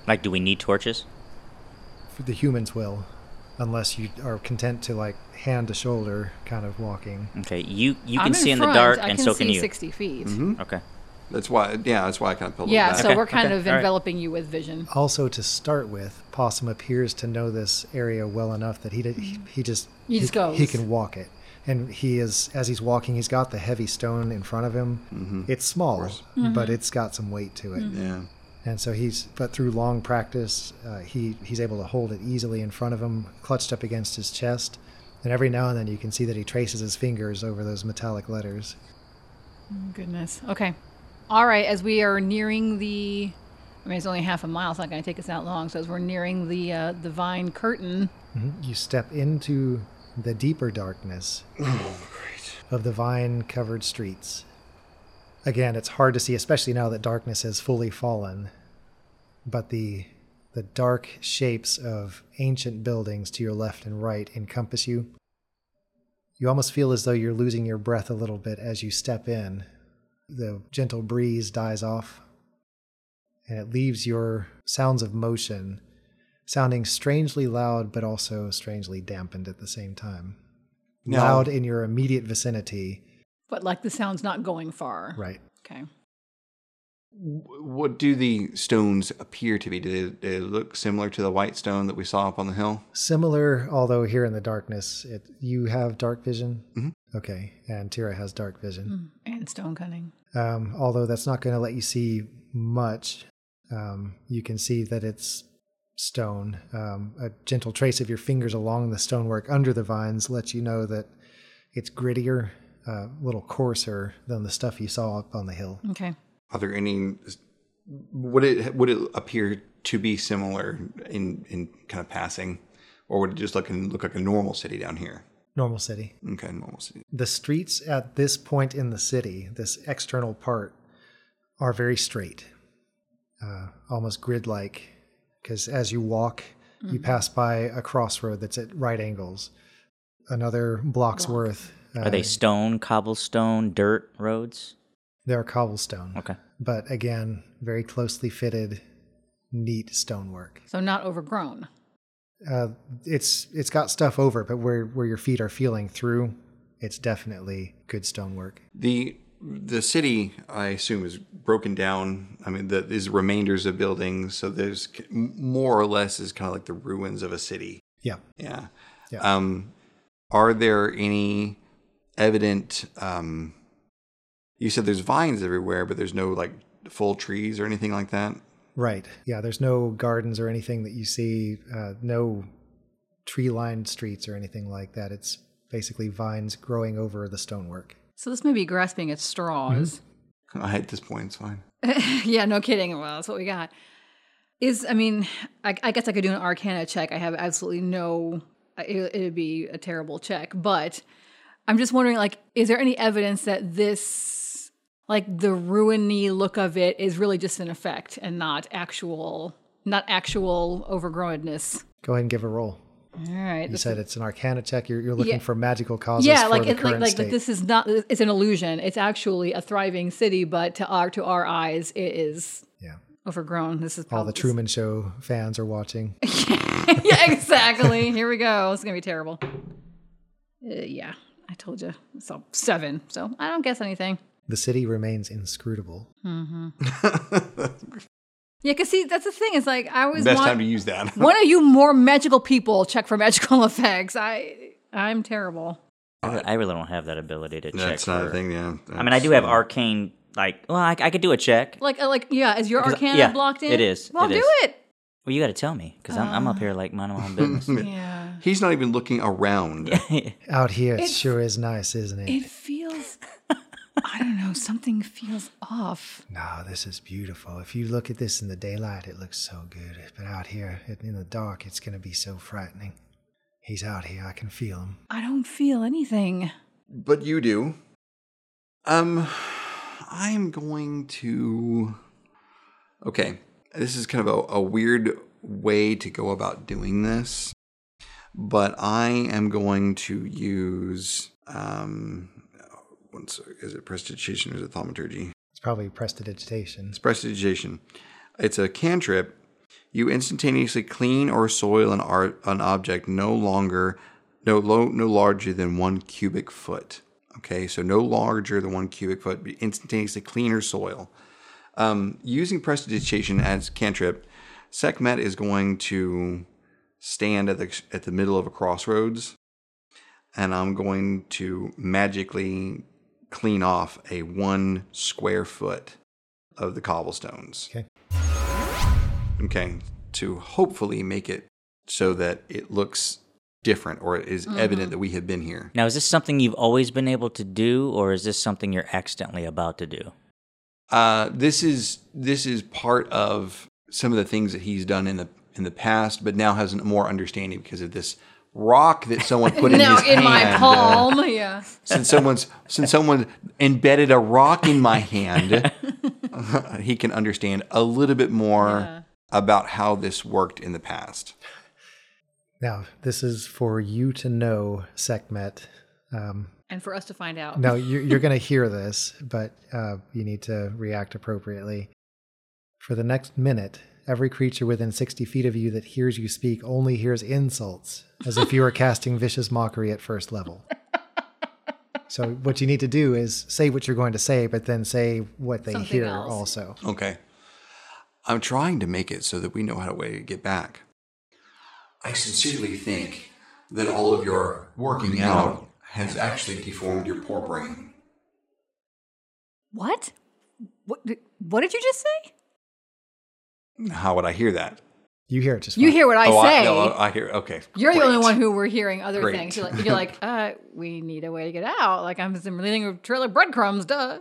Speaker 2: Like, do we need torches?
Speaker 1: The humans will, unless you are content to like hand to shoulder kind of walking.
Speaker 2: Okay, you you
Speaker 4: I'm
Speaker 2: can see in the
Speaker 4: front.
Speaker 2: dark,
Speaker 4: I
Speaker 2: and
Speaker 4: can
Speaker 2: so
Speaker 4: see
Speaker 2: can you.
Speaker 4: 60 feet.
Speaker 2: Okay.
Speaker 3: That's why, yeah, that's why I kind of pulled
Speaker 4: Yeah,
Speaker 3: it back.
Speaker 4: so
Speaker 2: Okay,
Speaker 4: we're kind
Speaker 2: okay,
Speaker 4: of
Speaker 2: all right.
Speaker 4: enveloping you with vision. Oh,
Speaker 1: Also, to start with, Possum appears to know this area well enough that he did, he, he just
Speaker 4: Mm-hmm. He just goes.
Speaker 1: he can walk it. And he is as he's walking, he's got the heavy stone in front of him. It's small,
Speaker 4: Mm-hmm.
Speaker 1: but it's got some weight to it.
Speaker 3: Yeah.
Speaker 1: And so he's, but through long practice, uh, he he's able to hold it easily in front of him, clutched up against his chest. And every now and then, you can see that he traces his fingers over those metallic letters.
Speaker 4: Goodness. Okay. All right. As we are nearing the, I mean, it's only half a mile. It's not going to take us that long. So as we're nearing the uh, the vine curtain,
Speaker 1: You step into the deeper darkness of the vine-covered streets. Again, it's hard to see, especially now that darkness has fully fallen. But the the dark shapes of ancient buildings to your left and right encompass you. You almost feel as though you're losing your breath a little bit as you step in. The gentle breeze dies off, and it leaves your sounds of motion sounding strangely loud, but also strangely dampened at the same time.
Speaker 3: No.
Speaker 1: Loud in your immediate vicinity.
Speaker 4: but like the sound's not going far.
Speaker 1: Right.
Speaker 4: Okay.
Speaker 3: W- What do the stones appear to be? Do they, they look similar to the white stone that we saw up on the hill?
Speaker 1: Similar, although here in the darkness, it, you have dark vision. Okay, and Tira has dark vision.
Speaker 4: And stone cutting.
Speaker 1: Um, although that's not going to let you see much. Um, you can see that it's stone. Um, a gentle trace of your fingers along the stonework under the vines lets you know that it's grittier, uh, a little coarser than the stuff you saw up on the hill.
Speaker 4: Okay.
Speaker 3: Are there any? Would it would it appear to be similar in in kind of passing, or would it just look and look like a normal city down here?
Speaker 1: Normal city.
Speaker 3: Okay, normal city.
Speaker 1: the streets at this point in the city, this external part, are very straight, uh, almost grid like, because as you walk, you pass by a crossroad that's at right angles, another block's worth. uh,
Speaker 2: Are they stone, cobblestone, dirt roads?
Speaker 1: They're cobblestone.
Speaker 2: Okay.
Speaker 1: But again, very closely fitted, neat stonework.
Speaker 4: So not overgrown.
Speaker 1: Uh, it's it's got stuff over, it, but where where your feet are feeling through, it's definitely good stonework.
Speaker 3: The the city, I assume, is broken down. I mean, the, these remainders of buildings. So there's c- more or less is kind of like the ruins of a city.
Speaker 1: Yeah.
Speaker 3: Yeah.
Speaker 1: Yeah.
Speaker 3: Um, are there any evident? Um, you said there's vines everywhere, but there's no like full trees or anything like that.
Speaker 1: Right. Yeah. There's no gardens or anything that you see. Uh, no tree-lined streets or anything like that. It's basically vines growing over the stonework.
Speaker 4: So this may be grasping at straws.
Speaker 3: At this point, it's fine.
Speaker 4: yeah, no kidding. Well, that's what we got. Is I mean, I, I guess I could do an Arcana check. I have absolutely no. It, it'd be a terrible check, but I'm just wondering, like, is there any evidence that this, like, the ruiny look of it is really just an effect and not actual, not actual overgrownness?
Speaker 1: Go ahead and give a roll.
Speaker 4: All right,
Speaker 1: You
Speaker 4: this-
Speaker 1: said it's an arcana check. You're, you're looking for magical causes
Speaker 4: yeah,
Speaker 1: for
Speaker 4: like
Speaker 1: the
Speaker 4: it, like
Speaker 1: current
Speaker 4: like
Speaker 1: state.
Speaker 4: this is not. It's an illusion. It's actually a thriving city, but to our to our eyes, it is
Speaker 1: yeah.
Speaker 4: overgrown. This is
Speaker 1: All the
Speaker 4: probably-
Speaker 1: Truman Show fans are watching.
Speaker 4: yeah, exactly. Here we go. It's gonna be terrible. Uh, yeah, I told you. So seven. So I don't guess anything.
Speaker 1: The city remains inscrutable.
Speaker 4: Yeah, cause see, that's the thing. It's like I always
Speaker 3: Best
Speaker 4: want
Speaker 3: time to use that.
Speaker 4: one of you more magical people check for magical effects. I I'm terrible.
Speaker 2: I re- I really don't have that ability to check.
Speaker 3: That's not a
Speaker 2: for-
Speaker 3: thing. Yeah.
Speaker 2: I mean, I do have arcane. Like, well, I, I could do a check.
Speaker 4: Like uh, like yeah, is your
Speaker 2: Because-
Speaker 4: arcana
Speaker 2: yeah,
Speaker 4: blocked in?
Speaker 2: it is.
Speaker 4: Well,
Speaker 2: It
Speaker 4: do
Speaker 2: is.
Speaker 4: it.
Speaker 2: Well, you got to tell me because I'm,
Speaker 4: Uh.
Speaker 2: I'm up here like minding my own business.
Speaker 4: Yeah.
Speaker 3: He's not even looking around.
Speaker 1: Out here, it sure is nice, isn't it?
Speaker 4: It feels. I don't know. Something feels off.
Speaker 1: No, this is beautiful. If you look at this in the daylight, it looks so good. But out here in- in the dark, it's going to be so frightening. He's out here. I can feel him.
Speaker 4: I don't feel anything.
Speaker 3: but you do. Um, I'm going to. Okay, this is kind of a, a weird way to go about doing this, but I am going to use um, once is it prestidigitation or is it thaumaturgy?
Speaker 1: It's probably prestidigitation.
Speaker 3: It's prestidigitation. It's a cantrip. You instantaneously clean or soil an art an object no longer no low no larger than one cubic foot. Okay, so no larger than one cubic foot. but Instantaneously clean or soil. Um, using prestidigitation as cantrip, Sekhmet is going to stand at the at the middle of a crossroads, and I'm going to magically clean off a one square foot of the cobblestones.
Speaker 1: Okay.
Speaker 3: Okay. To hopefully make it so that it looks different or it
Speaker 4: Mm-hmm.
Speaker 3: is evident that we have been here.
Speaker 2: now, is this something you've always been able to do, or is this something you're accidentally about to do?
Speaker 3: Uh, this is this is part of some of the things that he's done in the in the past, but now has a more understanding because of this rock that someone put in
Speaker 4: now
Speaker 3: his
Speaker 4: in my
Speaker 3: hand, uh,
Speaker 4: palm. yeah.
Speaker 3: since someone's since someone embedded a rock in my hand, he can understand a little bit more about how this worked in the past.
Speaker 1: Now, this is for you to know, Sekhmet. Um,
Speaker 4: And for us to find out.
Speaker 1: no, you're, you're going to hear this, but uh, you need to react appropriately. For the next minute, every creature within 60 feet of you that hears you speak only hears insults, as if you were casting vicious mockery at first level. So, what you need to do is say what you're going to say, but then say what they
Speaker 4: Something
Speaker 1: hear
Speaker 4: else.
Speaker 1: also.
Speaker 3: Okay. I'm trying to make it so that we know how to way to get back. I sincerely think that all of your working out has actually deformed your poor brain.
Speaker 4: What? What? di- What did you just say?
Speaker 3: How would I hear that?
Speaker 1: You hear it just
Speaker 4: You
Speaker 1: fine.
Speaker 4: hear what I
Speaker 3: oh,
Speaker 4: say.
Speaker 3: I, no, I hear. Okay.
Speaker 4: you're the only
Speaker 3: great.
Speaker 4: one who we're hearing other
Speaker 3: Great.
Speaker 4: things. You're like, you're like, uh, we need a way to get out. Like I'm just leading a trail of breadcrumbs. Duh.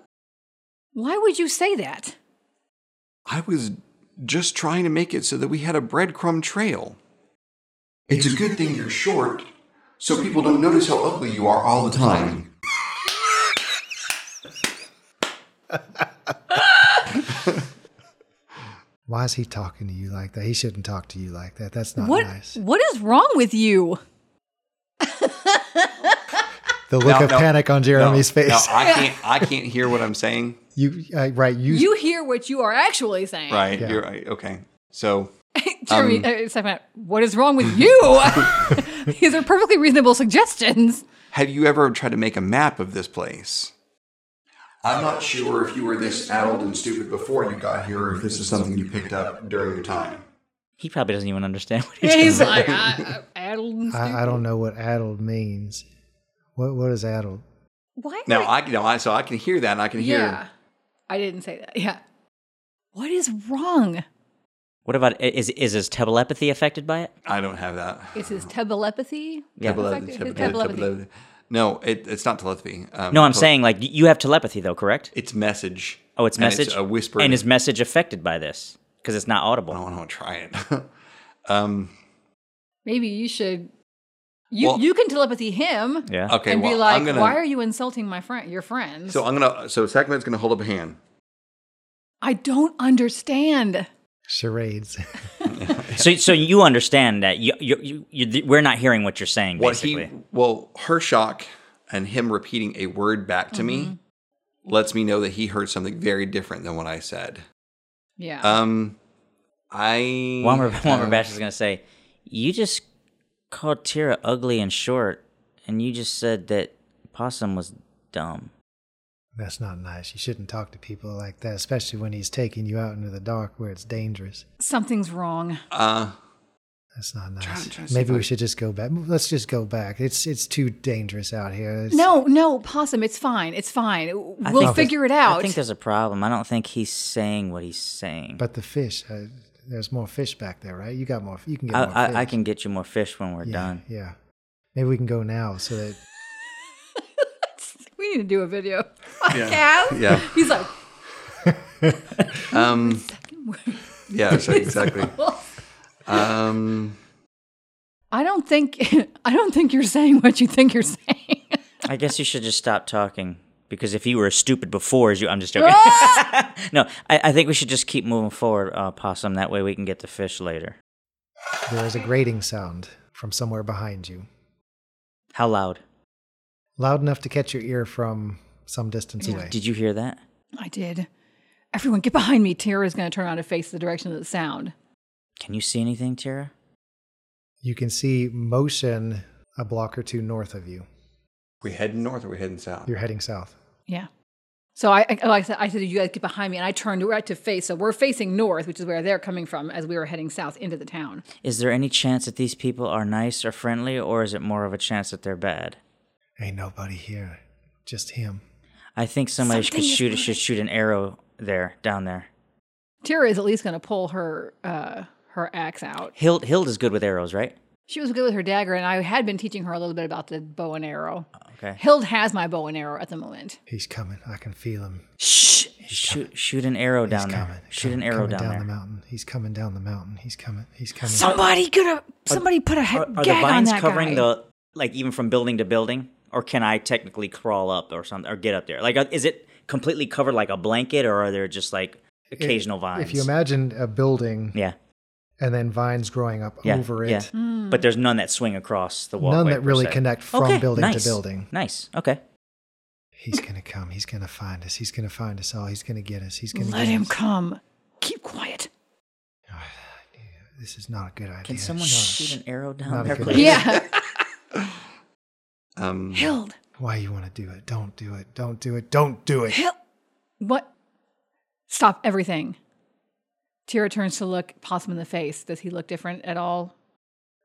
Speaker 4: Why would you say that?
Speaker 3: I was just trying to make it so that we had a breadcrumb trail. It's a good thing you're short, so people don't notice how ugly you are all the time.
Speaker 1: Why is he talking to you like that? He shouldn't talk to you like that. That's not
Speaker 4: what
Speaker 1: nice.
Speaker 4: What is wrong with you?
Speaker 1: The look
Speaker 3: No,
Speaker 1: of
Speaker 3: no,
Speaker 1: panic on Jeremy's
Speaker 3: no,
Speaker 1: face.
Speaker 3: No, I can't. I can't hear what I'm saying.
Speaker 1: You uh, right? You,
Speaker 4: You hear what you are actually saying.
Speaker 3: Right.
Speaker 1: Yeah.
Speaker 3: You're right. Okay. So
Speaker 4: Jeremy,
Speaker 3: Um,
Speaker 4: uh, it's like, what is wrong with you? These are perfectly reasonable suggestions.
Speaker 3: Have you ever tried to make a map of this place?
Speaker 6: I'm not sure if you were this addled and stupid before you got here, or if this is something you picked up during your time.
Speaker 2: He probably doesn't even understand what he's
Speaker 4: And he's like, I, I, addled and
Speaker 1: I, I
Speaker 4: stupid."
Speaker 1: don't know what addled means. What what is addled?
Speaker 4: Why?
Speaker 3: No,
Speaker 4: are-
Speaker 3: I no, I so I can hear that. And I can hear.
Speaker 4: Yeah. I didn't say that. Yeah. What is wrong?
Speaker 2: What about i- is is his telepathy affected by it?
Speaker 3: I don't have that.
Speaker 4: Is his telepathy?
Speaker 2: Yeah.
Speaker 3: Telepathy,
Speaker 4: Affected-
Speaker 3: telepathy,
Speaker 4: telepathy.
Speaker 3: telepathy. No, it, it's not telepathy. Um,
Speaker 2: No, I'm
Speaker 3: tele-
Speaker 2: saying like y- you have telepathy though, correct?
Speaker 3: it's message.
Speaker 2: Oh, it's
Speaker 3: And
Speaker 2: message.
Speaker 3: a whisper. Oh.
Speaker 2: And is message affected by this? Because it's not audible.
Speaker 3: I don't want to try it. um,
Speaker 4: Maybe you should. You
Speaker 3: Well-
Speaker 4: you can telepathy him
Speaker 2: Yeah.
Speaker 3: okay.
Speaker 4: and
Speaker 3: well,
Speaker 4: be like,
Speaker 3: I'm gonna,
Speaker 4: why are you insulting my friend, your friends?
Speaker 3: So I'm gonna. So Sacramento's gonna hold up a hand.
Speaker 4: I don't understand.
Speaker 1: Charades.
Speaker 2: So so you understand that you, you, you, you th- we're not hearing what you're saying
Speaker 3: What
Speaker 2: basically.
Speaker 3: he? Well, her shock and him repeating a word back to
Speaker 4: Mm-hmm.
Speaker 3: me lets me know that he heard something very different than what I said.
Speaker 4: Yeah.
Speaker 3: Um, I.
Speaker 2: Wammer
Speaker 3: have-
Speaker 2: Bash is gonna say, "You just called Tira ugly and short, and you just said that Possum was dumb."
Speaker 1: That's not nice. You shouldn't talk to people like that, especially when he's taking you out into the dark where it's dangerous.
Speaker 4: Something's wrong.
Speaker 3: Uh,
Speaker 1: That's not
Speaker 3: Trying-
Speaker 1: nice.
Speaker 3: trying to see
Speaker 1: Maybe
Speaker 3: if
Speaker 1: we
Speaker 3: I-
Speaker 1: should just go back. Let's just go back. It's it's too dangerous out here. It's-
Speaker 4: No, no, possum. It's fine. It's fine.
Speaker 2: I
Speaker 4: We'll
Speaker 2: think there's-
Speaker 4: figure it out.
Speaker 2: I think there's a problem. I don't think he's saying what he's saying.
Speaker 1: But the fish. Uh, there's more fish back there, right? You got more. You can get
Speaker 2: I,
Speaker 1: more
Speaker 2: I,
Speaker 1: fish.
Speaker 2: I can get you more fish when we're
Speaker 1: yeah,
Speaker 2: done.
Speaker 1: Yeah. Maybe we can go now so that
Speaker 4: we need to do a video podcast.
Speaker 3: yeah.
Speaker 4: He's like,
Speaker 3: Um.
Speaker 4: second word.
Speaker 3: Yeah. So exactly. Um.
Speaker 4: I don't think I don't think you're saying what you think you're saying.
Speaker 2: I guess you should just stop talking because if you were as stupid before as you, I'm just joking. no, I, I think we should just keep moving forward, uh, Possum. That way we can get the fish later.
Speaker 1: there is a grating sound from somewhere behind you,
Speaker 2: How loud?
Speaker 1: loud enough to catch your ear from some distance away.
Speaker 2: Did you hear that?
Speaker 4: I did. Everyone, get behind me. Tira's going to turn around and face the direction of the sound.
Speaker 2: Can you see anything, Tira?
Speaker 1: You can see motion a block or two north of you.
Speaker 3: We heading north or we heading south?
Speaker 1: You're heading south.
Speaker 4: Yeah. So I, I like I said, I said, you guys get behind me, and I turned right to face. So we're facing north, which is where they're coming from, as we were heading south into the town.
Speaker 2: Is there any chance that these people are nice or friendly, or is it more of a chance that they're bad?
Speaker 1: Ain't nobody here, just him.
Speaker 2: I think somebody
Speaker 4: Something
Speaker 2: should
Speaker 4: is
Speaker 2: shoot
Speaker 4: wrong.
Speaker 2: should shoot an arrow there down there.
Speaker 4: Tira is at least going to pull her uh, her axe out.
Speaker 2: Hild Hild is good with arrows, right?
Speaker 4: She was good with her dagger, and I had been teaching her a little bit about the bow and arrow.
Speaker 2: Okay.
Speaker 4: Hild has my bow and arrow at the moment.
Speaker 1: He's coming. I can feel him.
Speaker 4: Shh.
Speaker 2: Shoot shoot an arrow
Speaker 1: He's
Speaker 2: down
Speaker 1: coming.
Speaker 2: there. Shoot
Speaker 1: coming,
Speaker 2: an arrow
Speaker 1: coming
Speaker 2: down,
Speaker 1: the
Speaker 2: there.
Speaker 1: mountain. He's coming down the mountain. He's coming. He's coming.
Speaker 4: Somebody gonna somebody put a he-
Speaker 2: Are, are the
Speaker 4: gag on
Speaker 2: vines
Speaker 4: that
Speaker 2: covering
Speaker 4: guy.
Speaker 2: the like even from building to building, or can I technically crawl up or something or get up there? Like, uh, is it completely covered like a blanket, or are there just like occasional vines?
Speaker 1: If you imagine a building
Speaker 2: yeah,
Speaker 1: and then vines growing up
Speaker 2: yeah,
Speaker 1: over it,
Speaker 2: yeah. But there's none that swing across the walkway.
Speaker 1: none that
Speaker 2: per
Speaker 1: really
Speaker 2: se.
Speaker 1: connect from
Speaker 2: Hmm. Okay,
Speaker 1: building
Speaker 2: nice.
Speaker 1: to building.
Speaker 2: Nice. Okay.
Speaker 1: He's gonna come. He's gonna find us. He's gonna find us all. He's gonna get us. He's gonna
Speaker 4: Let
Speaker 1: get
Speaker 4: him
Speaker 1: us. Ah,
Speaker 4: come. Keep quiet.
Speaker 1: This is not a good idea.
Speaker 2: Can someone shoot an arrow down
Speaker 1: Not a
Speaker 2: there,
Speaker 1: good
Speaker 2: please?
Speaker 1: idea.
Speaker 4: Yeah.
Speaker 3: Um.
Speaker 4: Hild.
Speaker 1: Why you want to do it? Don't do it. Don't do it. Don't do it.
Speaker 4: Hild. What? Stop everything. Tira turns to look Possum in the face. Does he look different at all?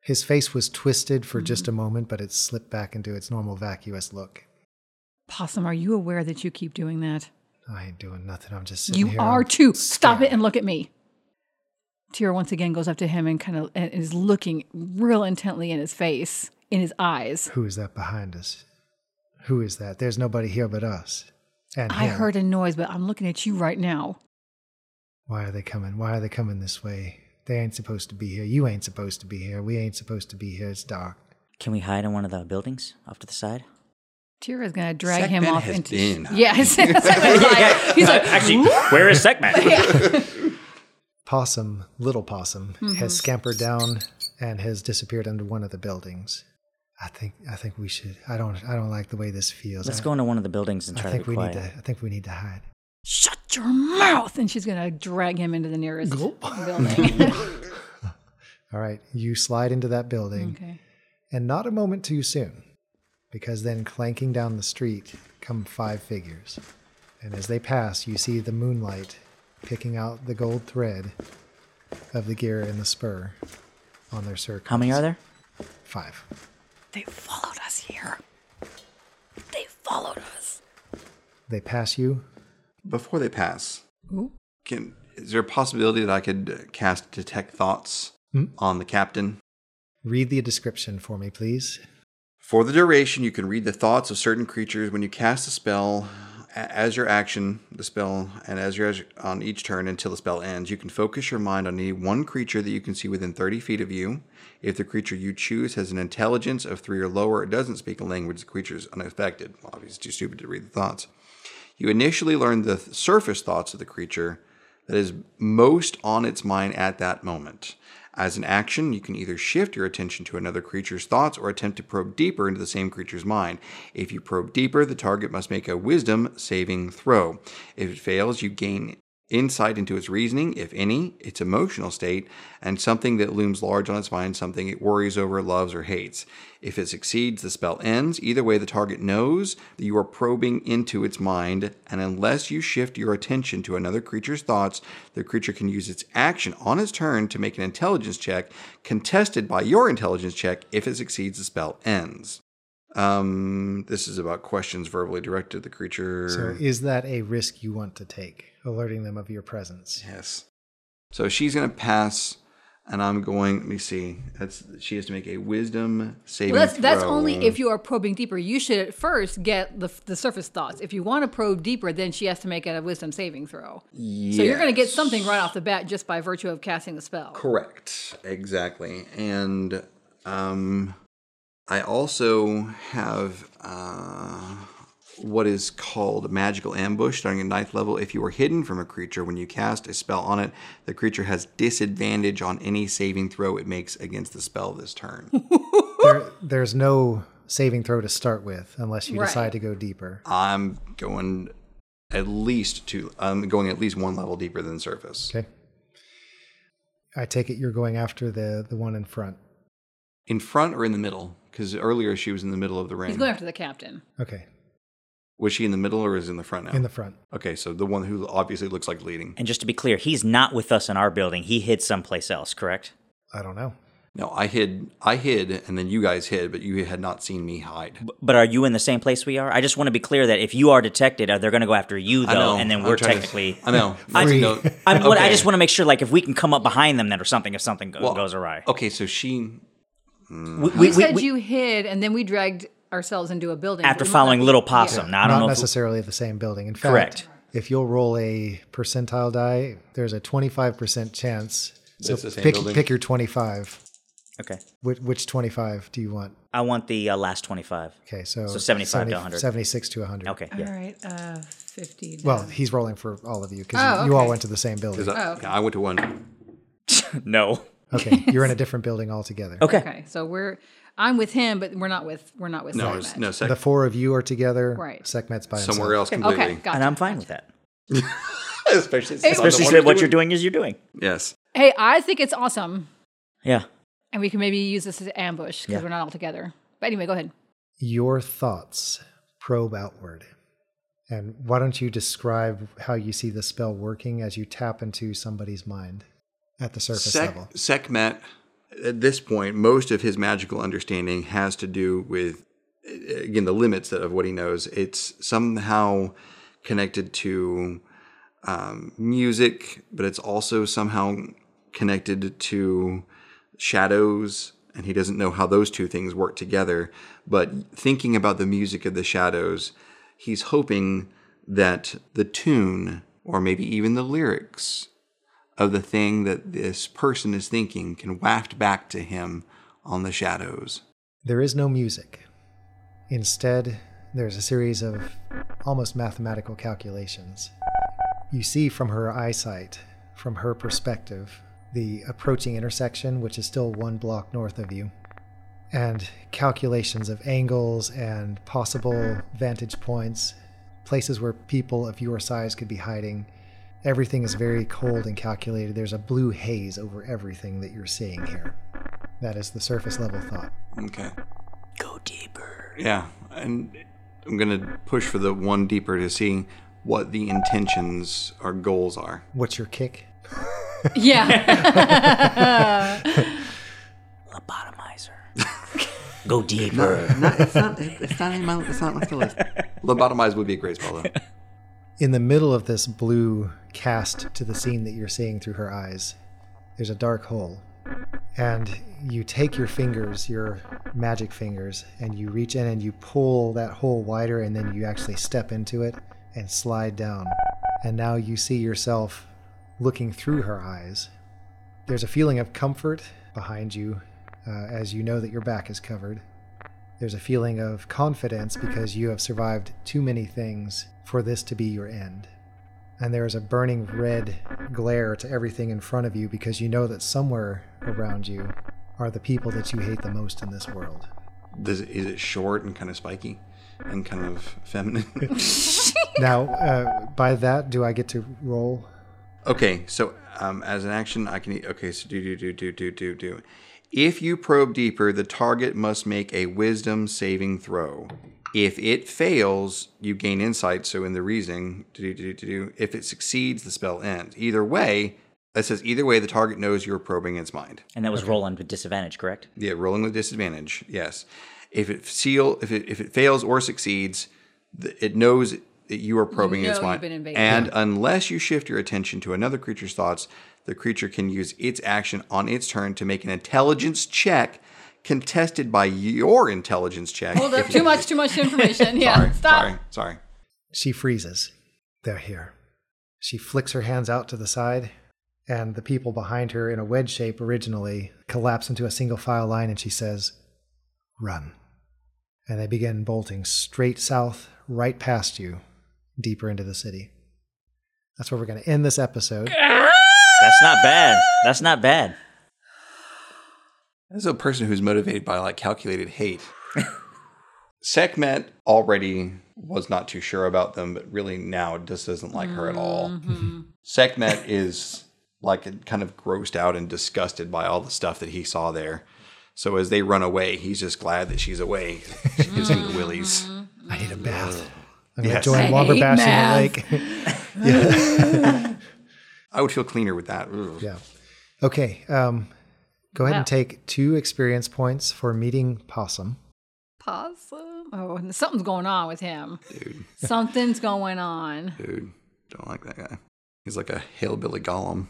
Speaker 1: His face was twisted for just
Speaker 4: Mm-hmm.
Speaker 1: a moment, but it slipped back into its normal vacuous look.
Speaker 4: Possum, are you aware that you keep doing that?
Speaker 1: I ain't doing nothing. I'm just sitting
Speaker 4: You
Speaker 1: here.
Speaker 4: are
Speaker 1: I'm
Speaker 4: too. Stop it
Speaker 1: staring.
Speaker 4: and look at me. Tira once again goes up to him and kind of and is looking real intently in his face, in his eyes.
Speaker 1: Who is that behind us? Who is that? There's nobody here but us. And
Speaker 4: I
Speaker 1: him.
Speaker 4: heard a noise, but I'm looking at you right now.
Speaker 1: Why are they coming? Why are they coming this way? They ain't supposed to be here. You ain't supposed to be here. We ain't supposed to be here. It's dark.
Speaker 2: Can we hide in one of the buildings off to the side?
Speaker 4: Tira's gonna drag
Speaker 3: Sackman
Speaker 4: him off
Speaker 3: has
Speaker 4: into.
Speaker 3: been.
Speaker 2: uh,
Speaker 4: Yeah, Sackman's like, he's like,
Speaker 2: Actually, where is Segment?
Speaker 1: possum, little possum, has scampered down and has disappeared under one of the buildings. I think I think we should. I don't I don't like the way this feels.
Speaker 2: Let's
Speaker 1: I-
Speaker 2: go into one of the buildings and
Speaker 1: I
Speaker 2: try
Speaker 1: think
Speaker 2: to
Speaker 1: we
Speaker 2: be quiet.
Speaker 1: need to. I think we need to hide.
Speaker 4: Shut your mouth! And she's gonna drag him into the nearest
Speaker 1: Gulp.
Speaker 4: building.
Speaker 1: All right, you slide into that building,
Speaker 4: okay.
Speaker 1: and not a moment too soon, because then clanking down the street come five figures, and as they pass, you see the moonlight picking out the gold thread of the gear and the spur on their circle.
Speaker 2: How many are there?
Speaker 1: Five.
Speaker 9: They followed us here. They followed us.
Speaker 1: They pass you.
Speaker 3: Before they pass,
Speaker 4: Ooh.
Speaker 3: can is there a possibility that I could uh, cast detect thoughts
Speaker 1: Hmm.
Speaker 3: on the captain?
Speaker 1: Read the description for me, please.
Speaker 3: For the duration, you can read the thoughts of certain creatures when you cast a spell a- as your action, the spell, and as your as- on each turn until the spell ends. You can focus your mind on any one creature that you can see within 30 feet of you. If the creature you choose has an intelligence of three or lower, it doesn't speak a language, the creature is unaffected. Obviously, it's too stupid to read the thoughts. You initially learn the th- surface thoughts of the creature that is most on its mind at that moment. As an action, you can either shift your attention to another creature's thoughts or attempt to probe deeper into the same creature's mind. If you probe deeper, the target must make a wisdom saving throw. If it fails, you gain insight into its reasoning, if any, its emotional state, and something that looms large on its mind, something it worries over, loves, or hates. If it succeeds, the spell ends. Either way, the target knows that you are probing into its mind, and unless you shift your attention to another creature's thoughts, the creature can use its action on its turn to make an intelligence check, contested by your intelligence check. If it succeeds, the spell ends. Um, this is about questions verbally directed to the creature.
Speaker 1: So, is that a risk you want to take, alerting them of your presence?
Speaker 3: Yes. So she's gonna pass, and I'm going. Let me see. That's she has to make a wisdom saving.
Speaker 4: Well, that's that's
Speaker 3: throw.
Speaker 4: only if you are probing deeper. You should at first get the the surface thoughts. If you want to probe deeper, then she has to make a wisdom saving throw. So you're going to get
Speaker 3: Yes.
Speaker 4: something right off the bat just by virtue of casting the spell.
Speaker 3: Correct. Exactly. And um, I also have uh, what is called magical ambush starting at ninth level. If you are hidden from a creature when you cast a spell on it, the creature has disadvantage on any saving throw it makes against the spell this turn.
Speaker 1: there, there's no saving throw to start with unless you
Speaker 4: Right.
Speaker 1: decide to go deeper.
Speaker 3: I'm going at least two. I'm going at least one level deeper than surface.
Speaker 1: Okay. I take it you're going after the the one in front.
Speaker 3: In front or in the middle? Because earlier she was in the middle of the ring.
Speaker 4: He's going after the captain.
Speaker 1: Okay,
Speaker 3: was she in the middle or is in the front now?
Speaker 1: in the front.
Speaker 3: okay, so the one who obviously looks like leading.
Speaker 2: And just to be clear, he's not with us in our building. He hid someplace else, correct?
Speaker 1: I don't know.
Speaker 3: No, I hid. I hid, and then you guys hid, but you had not seen me hide.
Speaker 2: B- But are you in the same place we are? I just want to be clear that if you are detected, uh, they're going to go after you
Speaker 3: I
Speaker 2: though,
Speaker 3: know,
Speaker 2: and then
Speaker 3: I'm
Speaker 2: we're
Speaker 3: trying to-
Speaker 2: technically.
Speaker 3: I know.
Speaker 2: I-
Speaker 3: That's a note.
Speaker 2: I'm, what, I
Speaker 3: Okay.
Speaker 2: just want to make sure, like, if we can come up behind them, then or something, if something go-
Speaker 3: Well,
Speaker 2: goes awry.
Speaker 3: Okay, so she.
Speaker 2: We,
Speaker 4: You
Speaker 2: we- we-
Speaker 4: said
Speaker 2: we-
Speaker 4: you hid, and then we dragged ourselves into a building
Speaker 2: after
Speaker 4: We might
Speaker 2: following
Speaker 4: not-
Speaker 2: Little
Speaker 4: yeah.
Speaker 2: Possum. Now, I don't
Speaker 1: Not
Speaker 2: know. If
Speaker 1: necessarily the same building. In fact,
Speaker 2: Correct.
Speaker 1: if you'll roll a percentile die, there's a 25% chance. So
Speaker 3: That's the same
Speaker 1: pick,
Speaker 3: building.
Speaker 1: pick your 25.
Speaker 2: we- okay,
Speaker 1: Which, which 25 do you want?
Speaker 2: I want the uh, last twenty-five.
Speaker 1: Okay, so,
Speaker 2: So 75 to 100.
Speaker 1: 76 to 100.
Speaker 2: Okay, yeah.
Speaker 4: All right, uh, fifty. to-
Speaker 1: Well, he's rolling for all of you because
Speaker 4: Oh,
Speaker 1: you, you all
Speaker 4: okay.
Speaker 1: went to the same building.
Speaker 3: Is that,
Speaker 4: Oh, okay.
Speaker 3: yeah, I went to one.
Speaker 2: No.
Speaker 1: Okay, you're in a different building altogether.
Speaker 2: Okay.
Speaker 4: okay, so we're I'm with him, but we're not with we're not with
Speaker 3: No, it
Speaker 4: Sekhmet.
Speaker 3: was, no,
Speaker 1: The
Speaker 3: sec-
Speaker 1: four of you are together.
Speaker 4: Right.
Speaker 1: Sekhmet's by himself.
Speaker 3: somewhere else completely.
Speaker 4: Okay, gotcha.
Speaker 2: And I'm fine with that.
Speaker 3: Especially, since I'm
Speaker 2: Especially
Speaker 3: the one
Speaker 2: since
Speaker 3: who's
Speaker 2: what you're doing is you're doing.
Speaker 3: Yes.
Speaker 4: Hey, I think it's awesome,
Speaker 2: Yeah.
Speaker 4: and we can maybe use this as an ambush because
Speaker 2: Yeah.
Speaker 4: we're not all together. But anyway, go ahead.
Speaker 1: Your thoughts probe outward. And why don't you describe how you see the spell working as you tap into somebody's mind at the surface
Speaker 3: Sec-
Speaker 1: level?
Speaker 3: Sekhmet, at this point, most of his magical understanding has to do with, uh, again, the limits of what he knows. It's somehow connected to um, music, but it's also somehow connected to shadows. And he doesn't know how those two things work together. But thinking about the music of the shadows, he's hoping that the tune, or maybe even the lyrics, of the thing that this person is thinking can waft back to him on the shadows.
Speaker 1: There is no music. Instead, there's a series of almost mathematical calculations. You see from her eyesight, from her perspective, the approaching intersection, which is still one block north of you, and calculations of angles and possible vantage points, places where people of your size could be hiding. Everything is very cold and calculated. There's a blue haze over everything that you're seeing here. That is the surface level thought.
Speaker 3: Okay.
Speaker 9: Go deeper.
Speaker 3: Yeah, and I'm gonna push for the one deeper to see what the intentions or goals are.
Speaker 1: What's your kick?
Speaker 4: Yeah.
Speaker 9: Lobotomizer. Go deeper.
Speaker 3: it's not. It's not in my. It's not my list. Lobotomized would be a great spell though.
Speaker 1: in the middle of this blue cast to the scene that you're seeing through her eyes, there's a dark hole. And you take your fingers, your magic fingers, and you reach in and you pull that hole wider, and then you actually step into it and slide down. And now you see yourself looking through her eyes. There's a feeling of comfort behind you uh, as you know that your back is covered. There's a feeling of confidence because you have survived too many things for this to be your end. And there is a burning red glare to everything in front of you because you know that somewhere around you are the people that you hate the most in this world.
Speaker 3: Does it, is it short and kind of spiky, and kind of feminine?
Speaker 1: Now, uh, by that, do I get to roll?
Speaker 3: Okay, so um, as an action, I can. Okay, so do do do do do do do. If you probe deeper, the target must make a Wisdom saving throw. If it fails, you gain insight. So in the reasoning, do do do do. If it succeeds, the spell ends. Either way, that says either way, the target knows you're probing its mind.
Speaker 2: And that was rolling with disadvantage, correct?
Speaker 3: Yeah, rolling with disadvantage. Yes. If it seal, if it if it fails or succeeds, th- it knows that you are probing
Speaker 4: know
Speaker 3: its
Speaker 4: you've
Speaker 3: mind.
Speaker 4: been invaded.
Speaker 3: And unless you shift your attention to another creature's thoughts, the creature can use its action on its turn to make an intelligence check contested by your intelligence check.
Speaker 4: Hold
Speaker 3: if
Speaker 4: up.
Speaker 3: you-
Speaker 4: Too much, too much information. Yeah.
Speaker 3: Sorry,
Speaker 4: Stop.
Speaker 3: sorry, sorry.
Speaker 1: She freezes. They're here. She flicks her hands out to the side, and the people behind her, in a wedge shape originally, collapse into a single file line, and she says, Run. And they begin bolting straight south, right past you, deeper into the city. That's where we're going to end this episode.
Speaker 2: That's not bad. That's not bad.
Speaker 3: This is a person who's motivated by like calculated hate. Sekhmet already was not too sure about them, but really now just doesn't like her at all. Sekhmet is like kind of grossed out and disgusted by all the stuff that he saw there. So as they run away, he's just glad that she's away. She gives him the willies.
Speaker 1: I need a bath. I'm going to
Speaker 3: Yes.
Speaker 1: join
Speaker 3: I
Speaker 1: Womberbash in the lake.
Speaker 3: I would feel cleaner with that. Ugh.
Speaker 1: Yeah. Okay. Um, go ahead
Speaker 4: Wow.
Speaker 1: and take two experience points for meeting Possum.
Speaker 4: Possum. Oh, and something's going on with him. Something's going on.
Speaker 3: Dude, don't like that guy. He's like a hillbilly golem.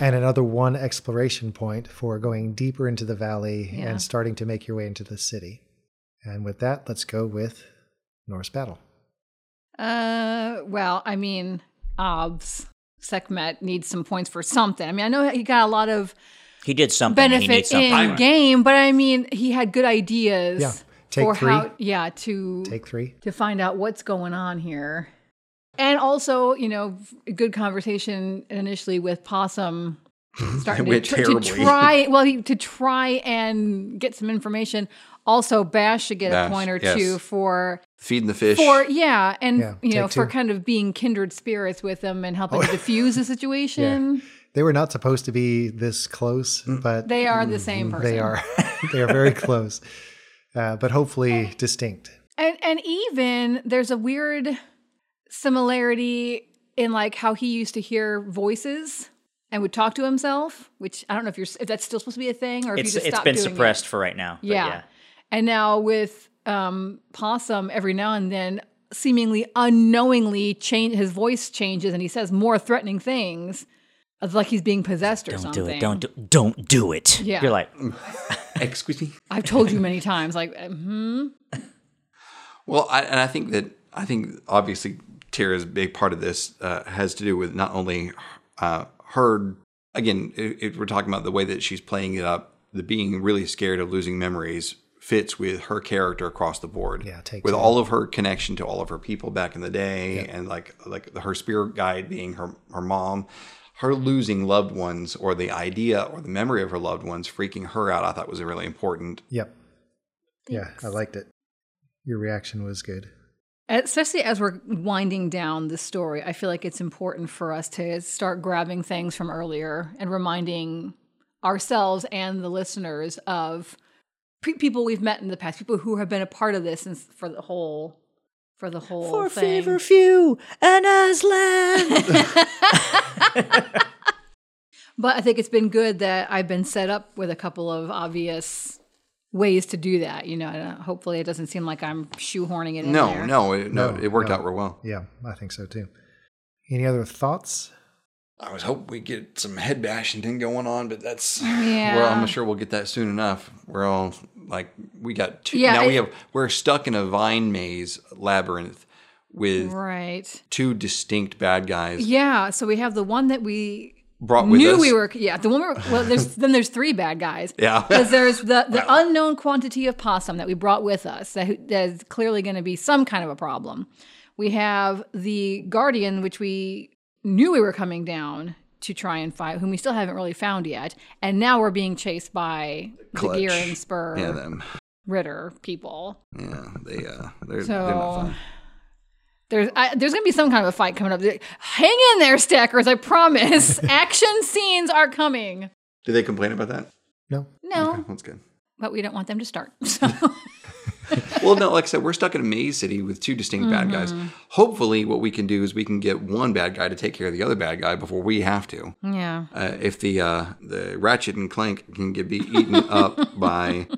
Speaker 1: and another one exploration point for going deeper into the valley
Speaker 4: Yeah.
Speaker 1: and starting to make your way into the city. And with that, let's go with Norse Battle.
Speaker 4: Uh, well, I mean, obs. Sekhmet needs some points for something. I mean, I know he got a lot of
Speaker 2: He did something. he needs
Speaker 4: benefit
Speaker 2: something.
Speaker 4: in game, but I mean, he had good ideas.
Speaker 1: Yeah. Take
Speaker 4: for
Speaker 1: three.
Speaker 4: how, yeah, to
Speaker 1: Take three.
Speaker 4: to find out what's going on here. And also, you know, a good conversation initially with Possum, starting to,
Speaker 3: went
Speaker 4: tr- to
Speaker 3: terribly.
Speaker 4: try well he- to try and get some information. Also, Bash should get
Speaker 3: Bash,
Speaker 4: a point or
Speaker 3: yes.
Speaker 4: two for
Speaker 3: Feeding the fish.
Speaker 4: for yeah, and
Speaker 1: Yeah,
Speaker 4: you know
Speaker 1: take
Speaker 4: for
Speaker 1: two. Oh,
Speaker 4: kind of being kindred spirits with them and helping to diffuse the situation.
Speaker 1: They were not supposed to be this close, but
Speaker 4: They are
Speaker 3: Mm-hmm.
Speaker 4: the same person.
Speaker 1: they are. they are very close, uh, but hopefully distinct.
Speaker 4: And and even there's a weird similarity in like how he used to hear voices and would talk to himself, which I don't know if you're if that's still supposed to be a thing or if
Speaker 2: It's
Speaker 4: you just
Speaker 2: it's
Speaker 4: stopped
Speaker 2: been
Speaker 4: doing it.
Speaker 2: suppressed for right now. but
Speaker 4: Yeah. And now with um Possum every now and then seemingly unknowingly change his voice changes and he says more threatening things. It's like he's being possessed or
Speaker 2: Don't
Speaker 4: something.
Speaker 2: do it. Don't do, don't do it.
Speaker 4: Yeah.
Speaker 2: You're like,
Speaker 3: Excuse me.
Speaker 4: I've told you many times, like, hmm.
Speaker 3: Well, I, and I think that I think obviously Tara's big part of this uh, has to do with not only uh, her again. If if we're talking about the way that she's playing it up, the being really scared of losing memories fits with her character across the board.
Speaker 1: Yeah, take
Speaker 3: with
Speaker 1: two.
Speaker 3: all of her connection to all of her people back in the day, and like like her spirit guide being her her mom. her losing loved ones or the idea or the memory of her loved ones freaking her out, I thought was really important.
Speaker 1: Yep. Yeah, I liked it. Your reaction was good.
Speaker 4: Especially as we're winding down the story, I feel like it's important for us to start grabbing things from earlier and reminding ourselves and the listeners of pre- people we've met in the past, people who have been a part of this since for the whole for the whole
Speaker 9: For
Speaker 4: thing.
Speaker 9: favor few and Aslan.
Speaker 4: But I think it's been good that I've been set up with a couple of obvious ways to do that. You know, and uh, hopefully it doesn't seem like I'm shoehorning it in.
Speaker 3: No,
Speaker 4: there.
Speaker 3: no, it, no,
Speaker 1: No,
Speaker 3: it worked
Speaker 1: no.
Speaker 3: out real well.
Speaker 1: Yeah, I think so too. Any other thoughts?
Speaker 3: I was hoping we get some head bashing thing going on, but that's
Speaker 4: Yeah.
Speaker 3: well, I'm sure we'll get that soon enough. We're all like, we got two.
Speaker 4: Yeah,
Speaker 3: now we
Speaker 4: I-
Speaker 3: have we're stuck in a vine maze labyrinth with
Speaker 4: Right.
Speaker 3: two distinct bad guys
Speaker 4: Yeah. So we have the one that we
Speaker 3: brought with
Speaker 4: knew
Speaker 3: us.
Speaker 4: we were. Yeah. The one. We're, well, there's then there's three bad guys.
Speaker 3: yeah,
Speaker 4: Because there's the, the unknown quantity of possum that we brought with us that, that is clearly going to be some kind of a problem. We have the guardian, which we knew we were coming down to try and fight, whom we still haven't really found yet. And now we're being chased by
Speaker 3: Clutch.
Speaker 4: the gear and spur
Speaker 3: yeah, them.
Speaker 4: Ritter people.
Speaker 3: Yeah, they uh, they're, they're not
Speaker 4: So
Speaker 3: fun.
Speaker 4: there's I, there's gonna be some kind of a fight coming up. Hang in there, stackers! I promise. Action scenes are coming.
Speaker 3: Do they complain about that?
Speaker 1: No.
Speaker 4: No,
Speaker 3: Okay, that's good.
Speaker 4: but we don't want them to start. So
Speaker 3: well, no, like I said, we're stuck in a maze city with two distinct bad guys.
Speaker 4: Mm-hmm.
Speaker 3: Hopefully, what we can do is we can get one bad guy to take care of the other bad guy before we have to.
Speaker 4: yeah,
Speaker 3: Uh, if the uh, the Ratchet and Clank can get be eaten up by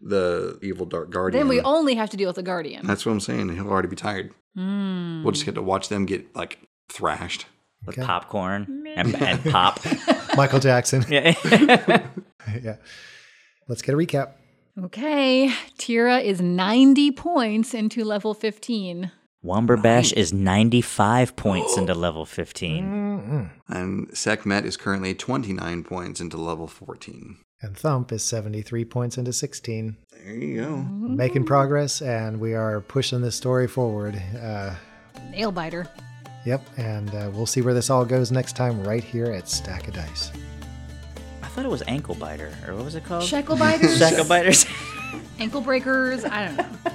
Speaker 3: the evil Dark Guardian,
Speaker 4: then we only have to deal with the guardian.
Speaker 3: that's what I'm saying. He'll already be tired.
Speaker 4: Hmm.
Speaker 3: We'll just get to watch them get like thrashed.
Speaker 2: with
Speaker 1: Okay.
Speaker 2: popcorn and, and pop.
Speaker 1: Michael Jackson.
Speaker 2: Yeah.
Speaker 1: yeah. Let's get a recap.
Speaker 4: Okay, Tira is ninety points into level fifteen.
Speaker 2: Womberbash is 95 points into level 15.
Speaker 3: And Sekmet is currently 29 points into level 14.
Speaker 1: And Thump is 73 points into 16.
Speaker 3: There you go.
Speaker 1: Making progress, and we are pushing this story forward. Uh,
Speaker 4: Nail biter.
Speaker 1: yep, and uh, we'll see where this all goes next time right here at Stack of Dice.
Speaker 2: I thought it was ankle Oh. biter, or what was it called?
Speaker 4: Shekel biters,
Speaker 2: Shackle biters.
Speaker 4: ankle breakers. I don't know.